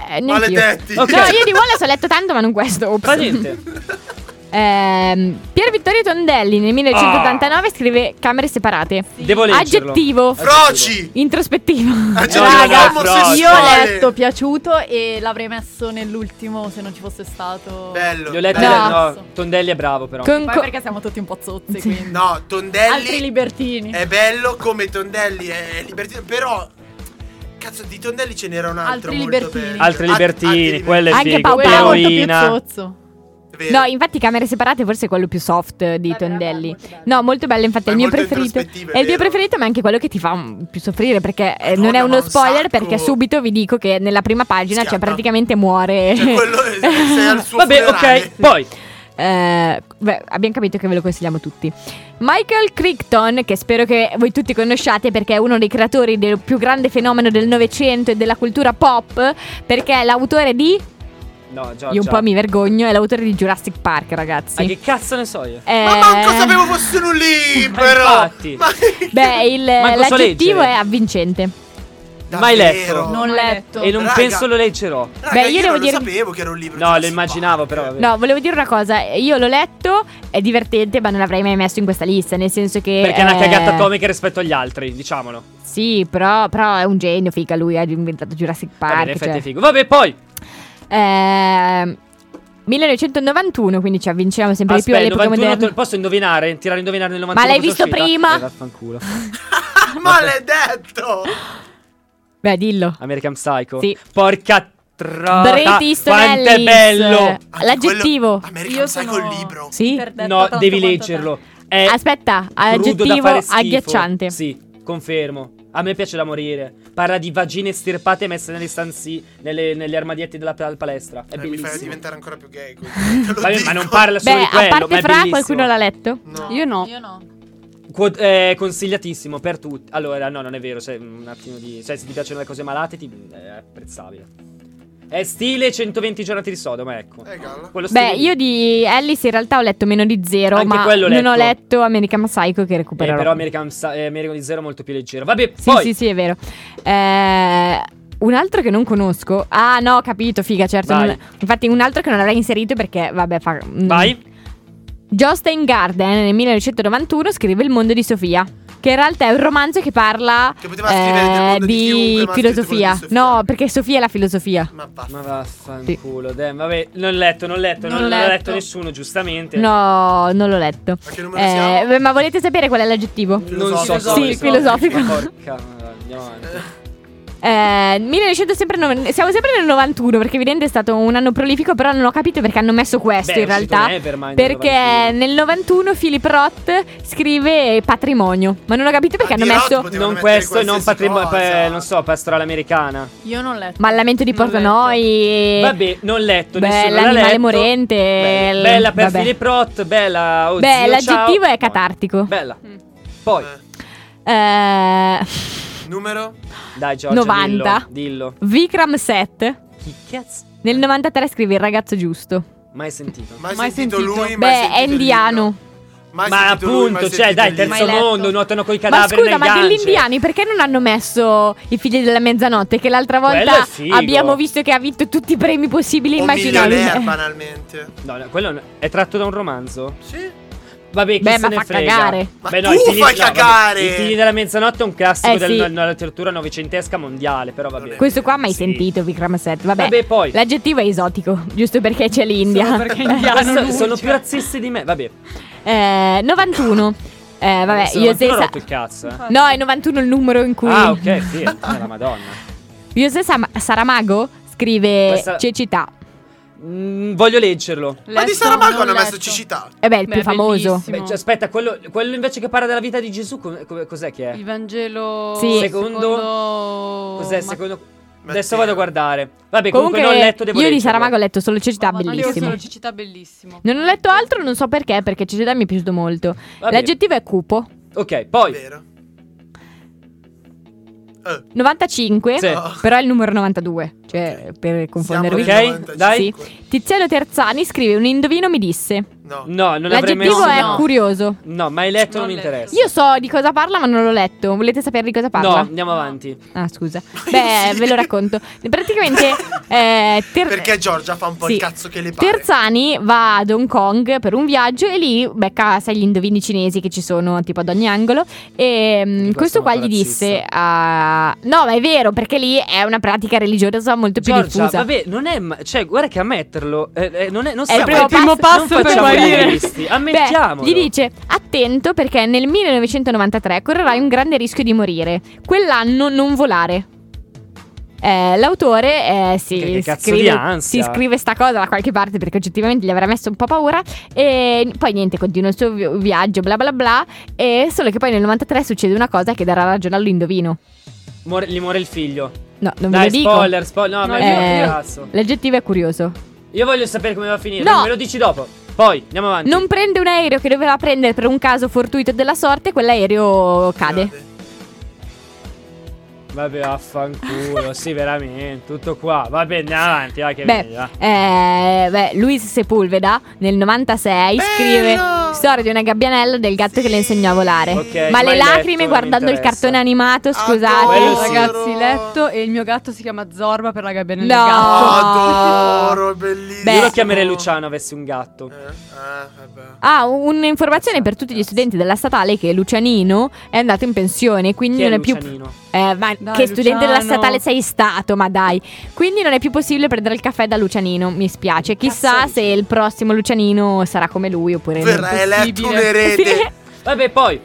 C: Eh, neanch'io.
A: Maledetti.
B: Ok.
C: No,
F: cioè.
C: io di Wallace ho letto tanto, ma non questo. Ops.
B: fa niente.
C: <laughs> Ehm, Pier Vittorio Tondelli nel 1989 scrive Camere separate.
B: Devo Ah. leggerlo.
C: Aggettivo.
A: Froci.
C: Introspettivo.
A: Aggettivo
B: raga,
A: omosessuale.
F: Io ho letto piaciuto e l'avrei messo nell'ultimo se non ci fosse stato.
A: Bello.
B: Li ho letti.
A: bello.
B: No.
F: No.
B: Tondelli è bravo, però.
C: Con-
F: Poi
C: co-
F: perché siamo tutti un po' zozzi, quindi.
A: No, Eh,
F: Altri
A: Tondelli
F: libertini.
A: è bello come Tondelli è libertino, però cazzo di Tondelli ce n'era un altro
F: Altri
A: molto
F: libertini.
A: bello.
B: Altri
A: Alt-
B: libertini,
A: altri
B: quello è
C: Anche
B: figo.
C: Paolo
F: Quello è molto più
B: Eroina.
F: zozzo.
A: libertini. Vero.
C: No, infatti Camere separate forse è quello più soft di Tondelli. No, molto bello, infatti
A: Ma
C: è
A: è
C: il mio
A: molto
C: preferito.
A: introspettivo, è
C: È il mio
A: vero.
C: preferito, ma è anche quello che ti fa mm, più soffrire perché eh, non
A: Madonna,
C: è
A: ma
C: uno
A: un
C: spoiler
A: sacco.
C: perché subito vi dico che nella prima pagina cioè
A: Schiatta.
C: praticamente muore.
A: Cioè, quello è- sei
B: <laughs>
A: al suo
B: Vabbè,
A: funerale.
B: ok. Poi,
C: <laughs> Eh, beh, abbiamo capito che ve lo consigliamo tutti. Michael Crichton, che spero che voi tutti conosciate perché è uno dei creatori del più grande fenomeno del Novecento e della cultura pop, perché è l'autore di...
B: no, Giorgia.
C: Io un po' mi vergogno, è l'autore di Jurassic Park, ragazzi.
B: Ma che cazzo ne so io?
A: Ma
C: Eh,
A: manco sapevo fosse un libro.
B: infatti.
A: Ma
B: <laughs>
C: Beh, il,
B: Manco so
C: l'aggettivo
B: leggere.
C: è avvincente.
B: mai
A: Davvero?
B: letto.
F: Non letto.
B: E non
A: Raga.
B: penso lo leggerò.
A: Raga,
C: Beh, io
A: io,
C: devo
A: non
C: dire-
A: lo sapevo che era un libro.
B: No,
A: Jurassic
B: lo immaginavo,
A: Park.
B: però. Vabbè.
C: No, volevo dire una cosa, io l'ho letto, è divertente, ma non l'avrei mai messo in questa lista, nel senso che...
B: Perché è una
C: eh,
B: cagata atomica rispetto agli altri, diciamolo.
C: Sì, però, però è un genio, figa, lui ha inventato Jurassic
B: Vabbè, in
C: Park.
B: effetti
C: cioè.
B: è figo. Vabbè, poi.
C: Ehm, 1991, quindi ci avviciniamo sempre
B: Aspetta,
C: di
B: il
C: più all'epoca
B: 91
C: moderna.
B: te- posso indovinare? Tirare a indovinare nel 91
C: Ma l'hai
B: cosa
C: visto
B: è uscita?
C: prima?
B: Eh, vaffanculo.
A: <laughs> Maledetto.
C: Beh, dillo.
B: American Psycho.
C: Sì.
B: Porca trota.
C: Bret Easton
B: Quanto Ah, è
C: Ellis.
B: bello.
A: Anche
C: Ah, L'aggettivo.
A: quello- American
F: Io
A: Psycho
F: sono-
A: il libro.
C: Sì.
F: Interdetta
B: No,
F: tanto
B: devi
F: quanto
B: leggerlo.
F: te.
B: È
C: Aspetta,
B: crudo da
C: aggettivo
B: fare schifo.
C: agghiacciante.
B: Sì, confermo. A me piace da morire. Parla di vagine stirpate messe nelle stanzi, nelle, negli armadietti della pal- palestra. È
A: Eh, mi fai
B: bellissimo.
A: diventare ancora più gay. quindi te lo
B: Vabbè,
A: dico.
B: ma non parla solo
C: Beh,
B: di quello,
C: a
B: ma
C: parte
B: è
C: Fra,
B: bellissimo.
C: qualcuno l'ha letto?
A: No.
D: Io no.
F: Io no.
B: Quo- eh, consigliatissimo per tutti. Allora, no, non è vero. Cioè, un attimo di. Cioè, se ti piacciono le cose malate, ti- è apprezzabile. È stile 120 giornati di Sodoma, ecco.
A: Eh, galla.
B: Quello stile
C: Beh,
B: lì.
C: io di Alice in realtà ho letto meno di zero,
B: Anche
C: ma
B: quello ho
C: non ho
B: letto.
C: letto American Psycho che
B: Eh,
C: recupererò.
B: però American, Sa- eh, American di Zero è molto più leggero. Vabbè,
C: Sì,
B: poi.
C: sì, sì, è vero. Eh, Un altro che non conosco. Ah, no, ho capito, figa, certo.
B: Vai.
C: non- infatti, un altro che non avrei inserito perché, vabbè, fa. mm.
B: Vai.
C: Jostein Garden nel 1991 scrive Il mondo di Sofia. Che in realtà è un romanzo che parla
A: Che poteva scrivere del mondo di chiunque, ma ha scritto
C: Eh, filosofia.
A: quello di Sofia.
C: No, perché Sofia è la filosofia.
A: Ma va.
B: Ma vaffanculo, Dem, Vabbè, non letto, non letto, non,
D: Non
B: l'ha
D: letto.
B: letto nessuno, giustamente.
C: No, non l'ho letto.
A: Ma che numero siamo?
C: beh, ma volete sapere qual è l'aggettivo?
B: Non so
A: Filosofico.
B: come
C: Sì,
B: so.
C: filosofico.
B: Porca, madonna, andiamo avanti.
C: Eh, 1900 sempre nove- siamo sempre nel 91 perché evidente è stato un anno prolifico, però non ho capito perché hanno messo questo
B: Beh,
C: in
B: è uscito
C: realtà.
B: Nevermind nel
C: Perché
B: 91.
C: nel 91 Philip Roth scrive Patrimonio, ma non ho capito perché
A: Ah,
C: hanno
A: di Roth
C: messo
A: potevano
B: Non
A: mettere
B: questo e non
A: qualsiasi
B: patrimonio,
A: cosa.
B: non so, pastorale americana.
F: Io non ho letto.
C: Ma il lamento di
F: Non ho
C: Portanoi e...
B: Vabbè, non letto,
C: Beh,
B: nessuno l'ha
C: l'animale
B: letto.
C: morente,
B: Bella,
C: il-
B: bella per
C: Eh, vabbè.
B: Philip Roth, bella. Oh,
C: Beh,
B: zio,
C: l'aggettivo
B: ciao.
C: è catartico.
B: Bella.
D: Mm.
B: Poi,
A: Eh,
C: Eh,
A: Numero?
B: dai Giorgio,
C: 90.
B: dillo. dillo.
C: Vikram Seth
B: Chi cazzo?
C: nel 93 scrive Il ragazzo giusto.
B: Mai sentito.
A: Mai,
D: Mai
A: sentito,
D: sentito.
A: lui? mai
C: Beh,
A: sentito
C: è
A: il
C: indiano.
A: libro. Mai
B: Ma
A: sentito lui, mai
B: appunto, cioè,
A: sentito
B: dai,
A: il libro.
B: terzo
F: Mai letto.
B: mondo, nuotano coi
C: Ma
B: cadaveri
C: scusa,
B: nel
C: ma
B: Gange.
C: degli indiani perché non hanno messo i figli della mezzanotte? Che l'altra
B: Quello boh.
C: volta
B: è figo.
C: abbiamo visto che ha vinto tutti i premi possibili e
A: O
C: immaginabili. <laughs>
A: milionaire, banalmente.
B: No, no, quello è tratto da un romanzo?
A: Sì.
B: Vabbè, chi
C: Beh,
B: se
C: ma
B: ne
C: fa
B: frega.
C: cagare.
A: Ma
B: Beh, no,
A: tu
B: i figli-
A: fai
B: no, vabbè,
A: cagare.
B: I figli della mezzanotte è un classico
C: Eh,
B: della,
C: sì.
B: della letteratura novecentesca mondiale, però va
A: Non
B: bene.
C: <laughs>
A: è-
C: Questo qua mai
B: eh, Sì.
C: sentito, Vikram Seth. Vabbè.
B: Vabbè, poi. <laughs>
C: L'aggettivo è esotico, giusto perché c'è l'India.
D: Solo perché è
B: Ah,
D: indiano
B: so-
D: lui,
B: sono
D: cioè.
B: più razzisti di me. Vabbè,
C: <laughs> Eh, 91. Eh, vabbè,
B: sono
C: io
B: ancora
C: stessa.
B: rotto il cazzo. eh.
C: No, è 91 il numero in cui.
B: Ah, ok, sì, <laughs> è la Madonna.
C: Io stessa Saramago scrive
B: Questa-
C: cecità.
B: Mm, voglio leggerlo.
A: Ma di
F: Letto,
A: Saramago
F: non
A: hanno messo
F: letto.
A: cecità.
C: E Eh beh, il
D: Beh,
C: più famoso.
D: bellissimo.
B: Beh, cioè, aspetta, quello, quello invece che parla della vita di Gesù, com- com- cos'è che è?
D: Il Vangelo
C: Sì.
B: Secondo-
D: secondo
B: Cos'è?
D: Ma-
B: Secondo... Adesso
A: Mattia.
B: vado a guardare. Vabbè, comunque,
C: Comunque,
B: non ho letto, devo
C: io di
B: leggerlo.
C: Saramago ho letto solo cecità,
D: Ah, Ma- Anche io
C: bellissimo.
D: sono cecità bellissimo.
C: Non ho letto altro, non so perché, perché cecità mi è piaciuto molto.
B: Vabbè,
C: L'aggettivo è cupo.
B: Ok, poi.
A: Vero. Eh,
C: 95,
B: Sì.
C: però è il numero 92, cioè per confondervi.
A: siamo nel
B: Ok, dai.
A: 95.
C: Tiziano Terzani scrive un indovino mi disse.
A: No.
B: No, non avrei
C: L'aggettivo
B: messo.
C: è
B: no.
C: curioso.
B: No, mai letto, non,
D: Non
B: mi
D: letto.
B: interessa.
C: Io so di cosa parla, ma non l'ho letto. Volete sapere di cosa
B: No,
C: parla?
B: andiamo avanti.
C: Ah, scusa.
A: Io
C: Beh,
A: sì.
C: ve lo
B: <laughs>
C: racconto. Praticamente eh, Ter-
A: Perché Giorgia fa un po'
C: Sì.
A: il cazzo che le pare.
C: Terzani va ad Hong Kong per un viaggio e lì becca, sai, gli indovini cinesi che ci sono tipo ad ogni angolo. E mm,
B: Questo
C: questo
B: è
C: qua
B: molto
C: gli
B: razzista.
C: disse: ah, No, ma è vero, perché lì è una pratica religiosa molto più
B: Giorgia,
C: diffusa.
B: vabbè, non è. ma- Cioè, guarda che ammetterlo. eh, eh, non è, non siamo-
C: primo
B: non
C: passo-
B: facciamo
D: passo per
B: i
D: guarire.
B: realisti,
C: Beh,
B: Ammettiamolo.
C: gli dice: Attento perché nel 1993 correrai un grande rischio di morire. Quell'anno non volare. Eh, l'autore eh, si,
B: Che- che cazzo di
C: scrive,
B: ansia.
C: si scrive sta cosa da qualche parte perché oggettivamente gli avrà messo un po' paura. E poi niente, continua il suo vi- viaggio, bla bla bla. E solo che poi nel 93 succede una cosa che darà ragione all'indovino.
B: Muore- gli muore il figlio.
C: No, non
B: Dai,
C: ve lo dico. eh.
B: spoiler, spoiler. No,
D: No,
B: ma
D: io-
B: io-
C: io-
B: cazzo.
C: L'aggettivo è curioso.
B: Io voglio sapere come va a finire.
C: No.
B: Me lo dici dopo. Poi andiamo avanti.
C: Non prende un aereo che doveva prendere per un caso fortuito della sorte, quell'aereo cade.
B: Vabbè, affanculo. sì, veramente. Tutto qua. Vabbè, andiamo avanti. Vai, che
C: Beh,
B: meglio, va.
C: Eh, beh, Luis Sepulveda nel 96 scrive Storia di una gabbianella del gatto che le insegnò a volare.
B: Ok,
C: eh, Ma le
B: mai
C: lacrime
B: letto, non
C: guardando
B: mi
C: il
B: interessa.
C: cartone animato,
A: Quello
D: Oh,
A: Eh, sì.
C: scusate.
D: ragazzi, letto e il mio gatto si chiama Zorba per la gabbiana
C: No.
D: del gatto.
A: Adoro, bellissimo.
C: Ah. Beh.
B: Io lo chiamerei Luciano avessi un
A: Eh,
B: gatto.
A: ah, vabbè.
C: Ah, un'informazione per tutti gli
B: Grazie.
C: studenti della statale che Lucianino è andato in pensione, quindi
B: Chi è
C: non è più
B: Lucianino?
C: Eh, ma
D: Dai,
C: che studente della
D: Luciano.
C: statale sei stato, ma dai. Quindi non è più possibile prendere il caffè da Lucianino, mi spiace. Chissà
B: Cazzo,
C: se il prossimo Lucianino sarà come lui oppure no.
A: Verrà eletto un
D: possibile.
A: erede.
B: <laughs> Vabbè, poi.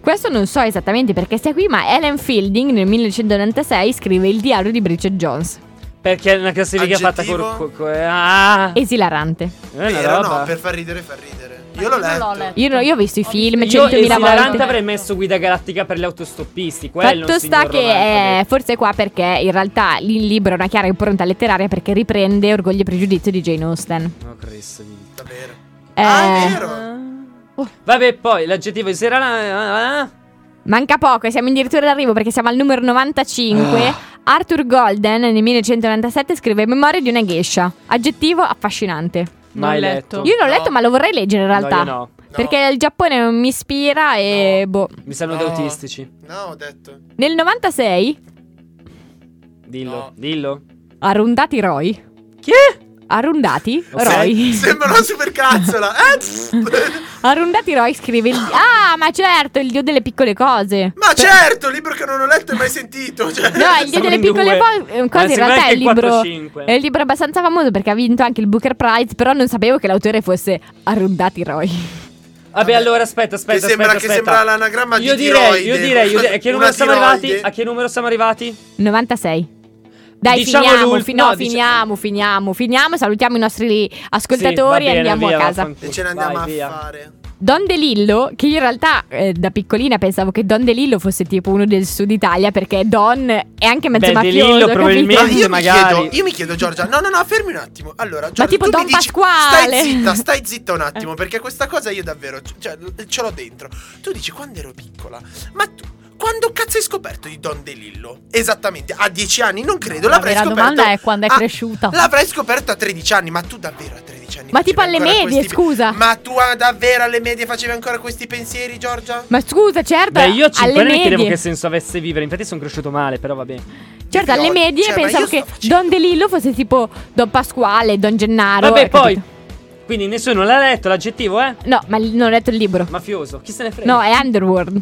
C: Questo non so esattamente perché sia qui, ma Ellen Fielding nel 1996 scrive Il diario di Bridget Jones.
B: Perché è una classifica
A: Aggettivo?
B: fatta col. co- co- ah,
C: Esilarante.
B: è una
A: Vero,
B: roba.
A: no, per far ridere, far ridere.
F: Ma
A: Io l'ho
F: io non
A: letto.
F: l'ho letto.
C: Io, non- io ho visto i film
F: Io
C: 100.000
B: Io Esilarante
C: volte.
B: avrei messo guida galattica per gli autostoppisti. Quello
C: Fatto sta
B: signor
C: che
B: Romano,
C: eh, forse è qua perché in realtà il libro è una chiara impronta letteraria perché riprende Orgoglio e Pregiudizio di Jane Austen.
B: No, Oh, Cristo. di-
A: Davvero.
C: Eh,
A: Ah, è vero.
B: Vabbè, poi l'aggettivo eh, esilarante.
C: manca poco, siamo addirittura d'arrivo perché siamo al numero 95.
A: Ah.
C: Arthur Golden nel 1997 scrive Memoria di una geisha. Aggettivo affascinante.
D: Non
B: Mai
D: ho
B: letto.
D: letto.
C: Io non l'ho
A: No.
C: letto ma lo vorrei leggere in realtà.
B: No, io no.
A: No.
C: Perché il Giappone non mi ispira e boh.
B: Mi sanno
A: No.
B: da autistici.
A: No, ho detto.
C: Nel 96
B: Dillo,
A: No.
B: dillo.
C: Arrondati Roy.
B: Chi è?
C: Arrondati
B: Ok.
C: Roy.
A: Sembra una supercazzola. <laughs> Eh?
C: Arrondati Roy scrive il... Ah, ma certo, il dio delle piccole cose.
A: Ma certo, il libro che non ho letto e
C: <laughs>
A: mai sentito. Cioè,
C: No, il dio
B: Sono
C: delle
B: in
C: piccole
B: due.
C: po- eh,
B: Ma
C: cose in
B: sembra
C: realtà è
B: anche
C: il libro...
B: 4-5.
C: È un libro abbastanza famoso perché ha vinto anche il Booker Prize, però non sapevo che l'autore fosse Arrondati Roy.
B: Vabbè, allora aspetta, aspetta.
A: Che sembra-
B: aspetta,
A: che
B: aspetta.
A: sembra l'anagramma di
B: io direi, Io
A: tiroide.
B: direi,
A: <laughs>
B: io direi. A che
A: Una
B: numero siamo
A: tiroide.
B: arrivati? A che numero siamo arrivati?
C: 96. Dai,
B: Diciamo
C: finiamo,
B: l'ul-
C: fi- no,
B: no, dici-
C: finiamo, finiamo, finiamo, salutiamo i nostri
B: Sì, va
C: ascoltatori
B: bene,
C: e andiamo
B: via,
C: a casa.
B: vaffanculo.
A: E ce ne andiamo
B: Vai,
A: a
B: via.
A: fare.
C: Don De Lillo, che io in realtà eh, da piccolina pensavo che Don De Lillo fosse tipo uno del sud Italia perché Don è anche mezzo
B: Beh, De
C: mafioso,
B: Lillo
C: capito?
B: probabilmente-
A: Ma io mi,
B: magari.
A: chiedo, io mi chiedo, Giorgia, no, no, no, fermi un attimo. Allora, Giorgia,
C: tipo
A: tu mi
C: Don
A: dici-
C: Pasquale. Eh.
A: Stai zitta, stai zitta un attimo, perché questa cosa io davvero, cioè, ce l'ho dentro. Tu dici, quando ero piccola, ma tu, quando cazzo hai scoperto di Don De Lillo? Esattamente, a 10 anni, non credo,
F: La
A: l'avrei
F: vera
A: scoperto.
F: domanda è quando è
A: Ah,
F: cresciuta.
A: L'avrai scoperto a 13 anni, ma tu davvero a 13 anni?
C: Ma
A: facevi
C: tipo alle
A: ancora
C: medie,
A: questi-
C: scusa. Ma,
A: Ma tu ah, davvero alle medie facevi ancora questi pensieri, Giorgia?
C: scusa, certo,
B: Beh, io a 5
C: alle
B: anni mi chiedevo
C: medie,
B: che senso avesse vivere. Infatti, sono cresciuto male, però va bene.
C: certo, alle medie
A: Cioè, ma
C: pensavo
A: io sto
C: che
A: facendo-
C: Don De Lillo fosse tipo Don Pasquale, Don Gennaro.
B: Vabbè,
C: hai capito?
B: poi. Quindi nessuno l'ha letto, l'aggettivo è
C: No, ma l- non ho letto il libro.
B: mafioso. Chi se ne frega?
C: No, è Underworld.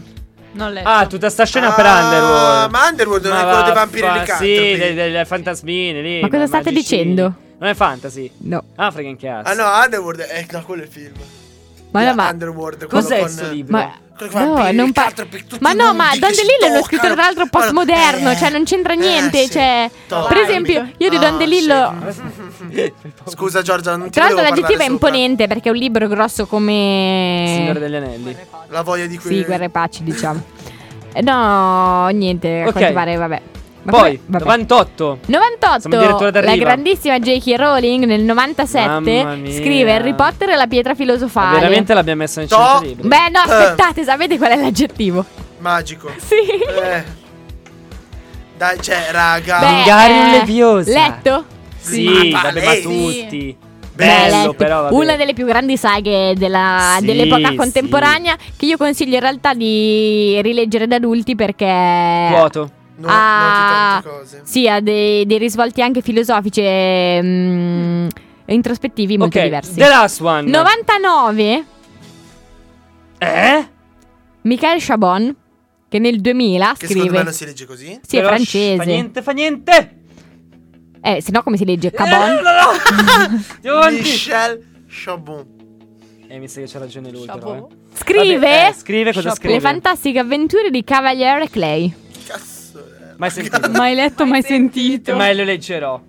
D: Non ho letto.
B: Ah, tutta sta scena
A: Ah,
B: per Underworld.
A: ma Underworld non è quello dei vampiri
B: vaffa-
A: licantropi.
B: Sì, dei, dei- dei fantasmini lì.
C: Ma cosa state
B: magicini.
C: dicendo?
B: Non è fantasy.
C: No.
B: Ah, frega in cazzo. <laughs>
A: Ah no, Underworld è no, quello è il film.
C: Ma no,
A: Yeah,
C: ma
A: Underworld, quello
B: Cos'è
A: con-
B: sto libro?
C: ma
A: Quello che
C: No,
A: fa il
C: non pa-
A: cartroppi, tutti
C: ma no, ma
A: immondi
C: Don
A: che
C: De Lillo è uno
A: stoccano.
C: scrittore tra l'altro
A: Guarda,
C: postmoderno,
A: eh,
C: cioè non c'entra
A: eh,
C: niente,
A: sì.
C: cioè
A: Tocca.
C: per esempio, io di Don
A: Ah,
C: De Lillo <laughs>
A: sì. Scusa Giorgia, non ti
C: Tra l'altro
A: volevo
C: l'aggettivo è
A: parlare sopra.
C: imponente perché è un libro grosso come...
B: Signore degli Anelli.
A: La voglia di quel
C: Sì, guerra e pace diciamo. Eh, No, niente, a
B: Ok.
C: quanto pare, vabbè. Ma
B: Poi,
C: vabbè, vabbè.
B: 98. Siamo
C: 98,
B: addirittura
C: la
B: d'arrivo.
C: grandissima J.K. Rowling nel 97
B: Mamma mia.
C: scrive Harry Potter e la pietra filosofale.
B: Veramente Ah. l'abbiamo messo in
A: To-
B: 100 libri.
C: Beh, no, aspettate, sapete qual è l'aggettivo? <laughs>
A: magico.
C: Sì.
A: Eh. Dai, cioè, raga.
C: Beh,
B: Vingare un
C: eh,
B: Ah. Leviosa.
C: Letto?
B: Sì,
A: Ma
B: vabbè, ma
A: palese.
B: tutti.
C: Beh,
B: Bello,
C: letto.
B: però vabbè.
C: Una delle più grandi saghe della-
B: Sì,
C: dell'epoca
B: sì.
C: contemporanea che io consiglio in realtà di rileggere da adulti perché...
B: Vuoto.
A: No, noti
C: Ah.
A: tante cose.
C: Sì, ha dei, dei risvolti anche filosofici e mm, e introspettivi molto
B: ok,
C: diversi.
B: The Last One.
C: 99,
B: Eh?
C: Michael Chabon, che nel 2000
A: Che secondo me
C: scrive...
A: non si legge così.
C: Sì, è
B: Però, shh, Fa
C: francese.
B: niente, fa niente.
C: Eh, se no come si legge?
B: Eh,
C: Cabon?
B: no, no. <laughs> Andiamo avanti.
A: Michel Chabon.
B: Eh, mi sa che c'ha ragione lui, però.
F: Chapeau.
B: eh.
C: Scrive...
B: Vabbè, eh, scrive cosa scrive.
C: Le fantastiche avventure di Cavaliere Clay.
A: Cazzo. eh.
B: Mai sentito.
D: Mai letto, mai sentito.
B: Ma lo leggerò.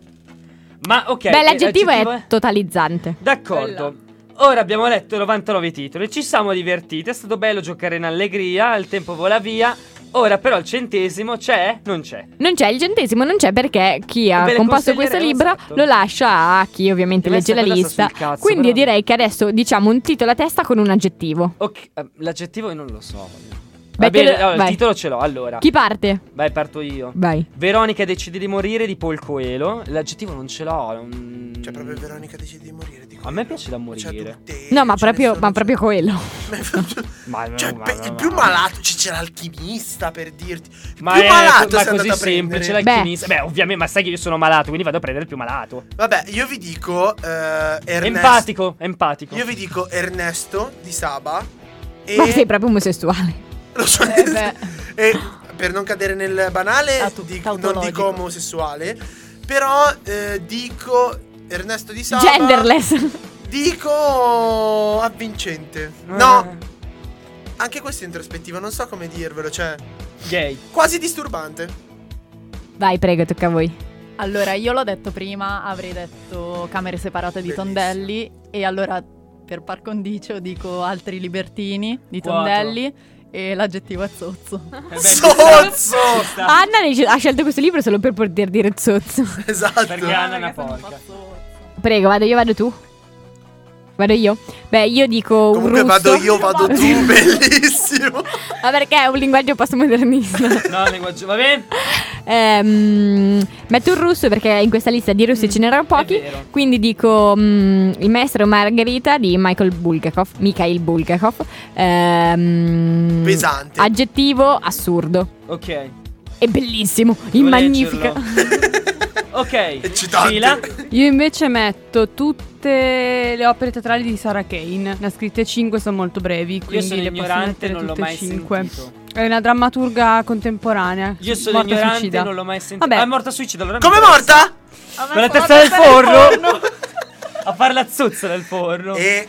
B: Ma ok.
C: Beh,
B: eh,
C: l'aggettivo
B: l'aggettivo
C: è totalizzante.
B: D'accordo. Ora abbiamo letto 99 titoli, ci siamo divertiti, è stato bello giocare in allegria, il tempo vola via. Ora però il centesimo c'è? Non c'è.
C: Non c'è il centesimo, non c'è perché chi
B: Ve
C: ha
B: le
C: composto
B: consiglierei,
C: questo
B: lo
C: libro
B: sapete.
C: lo lascia a chi ovviamente
B: Deve
C: legge la
B: essere cosa sta
C: lista.
B: sul cazzo,
C: Quindi io
B: però.
C: direi che adesso diciamo un titolo a testa con un aggettivo.
B: Ok, eh, l'aggettivo io non lo so.
C: Beh,
B: Va bene,
C: te lo-
B: allora, il
C: vai.
B: titolo ce l'ho. Allora,
C: Chi parte?
B: vai, parto io.
C: Vai.
B: Veronica decide di morire di Paul Coelho. L'aggettivo non ce l'ho. non-
A: Cioè, proprio Veronica decide di morire. Cioè, di
B: A me
A: quello.
B: piace da morire. Eh,
A: C'è adulterio,
C: No, ma
A: ce ne
C: proprio,
A: sono-
C: ma proprio
A: <laughs>
C: quello.
B: Ma,
A: Cioè,
B: ma-
A: pe-
B: ma-
A: il
B: ma-
A: più malato, cioè, c'è l'alchimista per dirti. Il
B: Ma
A: più
B: è
A: malato
B: ma
A: sei
B: così
A: andato a
B: semplice
A: prendere.
B: l'alchimista. Beh, ovviamente, ma sai che io sono malato, quindi vado a prendere il più malato.
A: Vabbè, io vi dico eh, Ernesto.
B: Empatico, empatico.
A: Io vi dico Ernesto di Saba. E
C: Ma sei proprio omosessuale.
A: <laughs> lo so-
F: Eh, beh.
A: e per non cadere nel banale,
C: Ah,
F: Tatu-
A: di- non
F: tautologico.
A: dico omosessuale, però eh, dico Ernesto di Saba.
C: Genderless. <laughs>
A: Dico avvincente.
B: Eh. Ah.
A: No, anche questo è introspettivo, non so come dirvelo, cioè <laughs>
B: Gay.
A: quasi disturbante. <laughs>
C: Vai, prego, tocca a voi.
F: Allora, io l'ho detto prima, avrei detto camere separate di
A: Bellissimo.
F: Tondelli e allora per par condicio dico altri libertini di
B: Quattro.
F: Tondelli e l'aggettivo è zozzo.
B: Eh beh, ci sta,
A: Sozzo!
B: ci sta.
D: Ah.
C: Anna ne- ha scelto questo libro solo per poter dire zozzo. <laughs>
A: esatto.
B: Perché Anna è una
F: Ragazzi, hanno
B: porca.
F: fatto-
C: Prego, vado io, vado tu. Vado io? Beh, io dico un
A: Comunque
C: russo.
A: vado io, vado tu, bellissimo.
C: <laughs> Ma perché è un linguaggio postmodernista?
A: <laughs>
B: No, linguaggio, va bene?
C: Ehm, metto un russo perché in questa lista di russi
A: Mm.
C: ce n'erano pochi.
B: È vero.
C: Quindi dico mm, il maestro Margherita di Michael Bulgakov, Mikhail Bulgakov. Ehm,
A: Pesante.
C: Aggettivo assurdo.
B: Ok.
C: È bellissimo, è
B: Devo
C: magnifico.
B: leggerlo.
A: <laughs>
B: ok,
A: Eccitante.
B: Sheila.
D: Io invece metto tutte le opere teatrali di Sarah Kane. Ne ha scritte 5, sono molto brevi,
B: Io
D: quindi
B: sono
D: le posso
B: ignorante,
D: mettere
B: non l'ho
D: tutte e
B: mai
D: 5.
B: sentito.
D: È una drammaturga contemporanea.
B: Io sono
D: morta
B: ignorante,
D: suicida.
B: non l'ho mai sentito.
D: Vabbè.
B: Ah, è morta suicida. Allora mi
A: Come è
B: interessa.
A: morta?
B: Con la testa del forno. A fare la zozza del forno.
A: E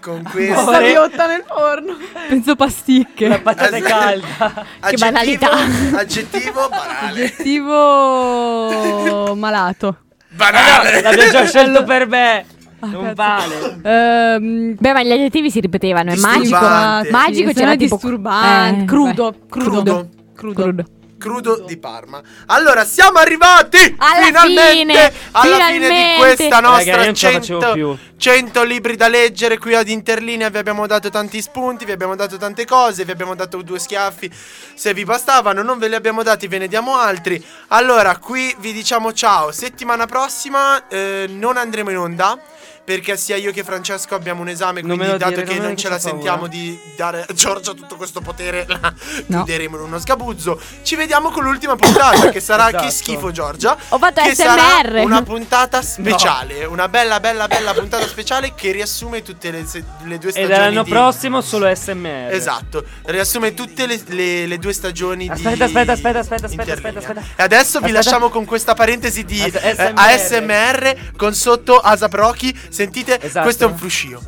A: con
C: Oh,
A: questo
B: Amore.
F: Saviotta nel forno.
D: Penso pasticche.
B: La patata
A: Eh, sì.
B: calda.
A: aggettivo,
C: banalità.
A: aggettivo banale.
D: Aggettivo malato.
A: Banale.
B: <laughs> L'abbiamo già scelto per me.
D: cazzo.
B: Non vale.
D: Ehm,
C: Beh, ma gli aggettivi si ripetevano, è
A: Disturbante.
C: magico.
A: Disturbante.
C: Magico c'era
D: sì, se no è
C: tipo-
D: disturbante,
C: eh,
D: crudo, crudo,
A: Crudo.
D: crudo.
A: Crudo di Parma. Allora, siamo arrivati
C: Alla
A: finalmente
C: fine,
A: alla fine di
C: finalmente.
A: questa nostra
B: Raga, io non ce la
A: 100,
B: facevo più.
A: 100 libri da leggere qui ad Interlinea. Vi abbiamo dato tanti spunti, vi abbiamo dato tante cose, vi abbiamo dato due schiaffi. Se vi bastavano, non ve li abbiamo dati, ve ne diamo altri. Allora, qui vi diciamo ciao. Settimana prossima eh, non andremo in onda. Perché sia io che Francesco abbiamo un esame,
B: Non me
A: quindi
B: lo
A: dato
B: dire,
A: che
B: non me
A: non
B: ne
A: ce la
B: faccio
A: sentiamo
B: paura.
A: di dare a Giorgia tutto questo potere, <laughs> la
D: No.
A: chiuderemo in uno sgabuzzo. Ci vediamo con l'ultima puntata che sarà
B: Esatto.
A: Che schifo Giorgia.
C: Ho fatto
A: che
C: SMR.
A: sarà una puntata speciale, una bella bella bella puntata speciale che riassume tutte le, se- le due
B: E
A: stagioni
B: dall'anno
A: di-
B: prossimo solo SMR.
A: Esatto, riassume tutte le, le- le due stagioni di
B: Aspetta, aspetta, aspetta, aspetta, aspetta,
A: Interlinea.
B: aspetta, aspetta.
A: E adesso vi
B: Aspetta.
A: lasciamo con questa parentesi di
B: As-
A: eh,
B: SMR.
A: ASMR con sotto Asaprochi. Sentite,
B: Esatto.
A: questo è un fruscio.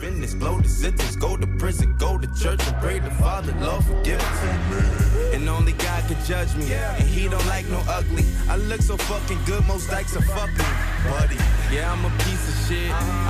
E: business, blow the sentence, go to prison, go to church and pray the Father, Lord forgive us. And only God could judge me, and He don't like no ugly. I look so fucking good, most likes are fucking buddy. Yeah, I'm a piece of shit. I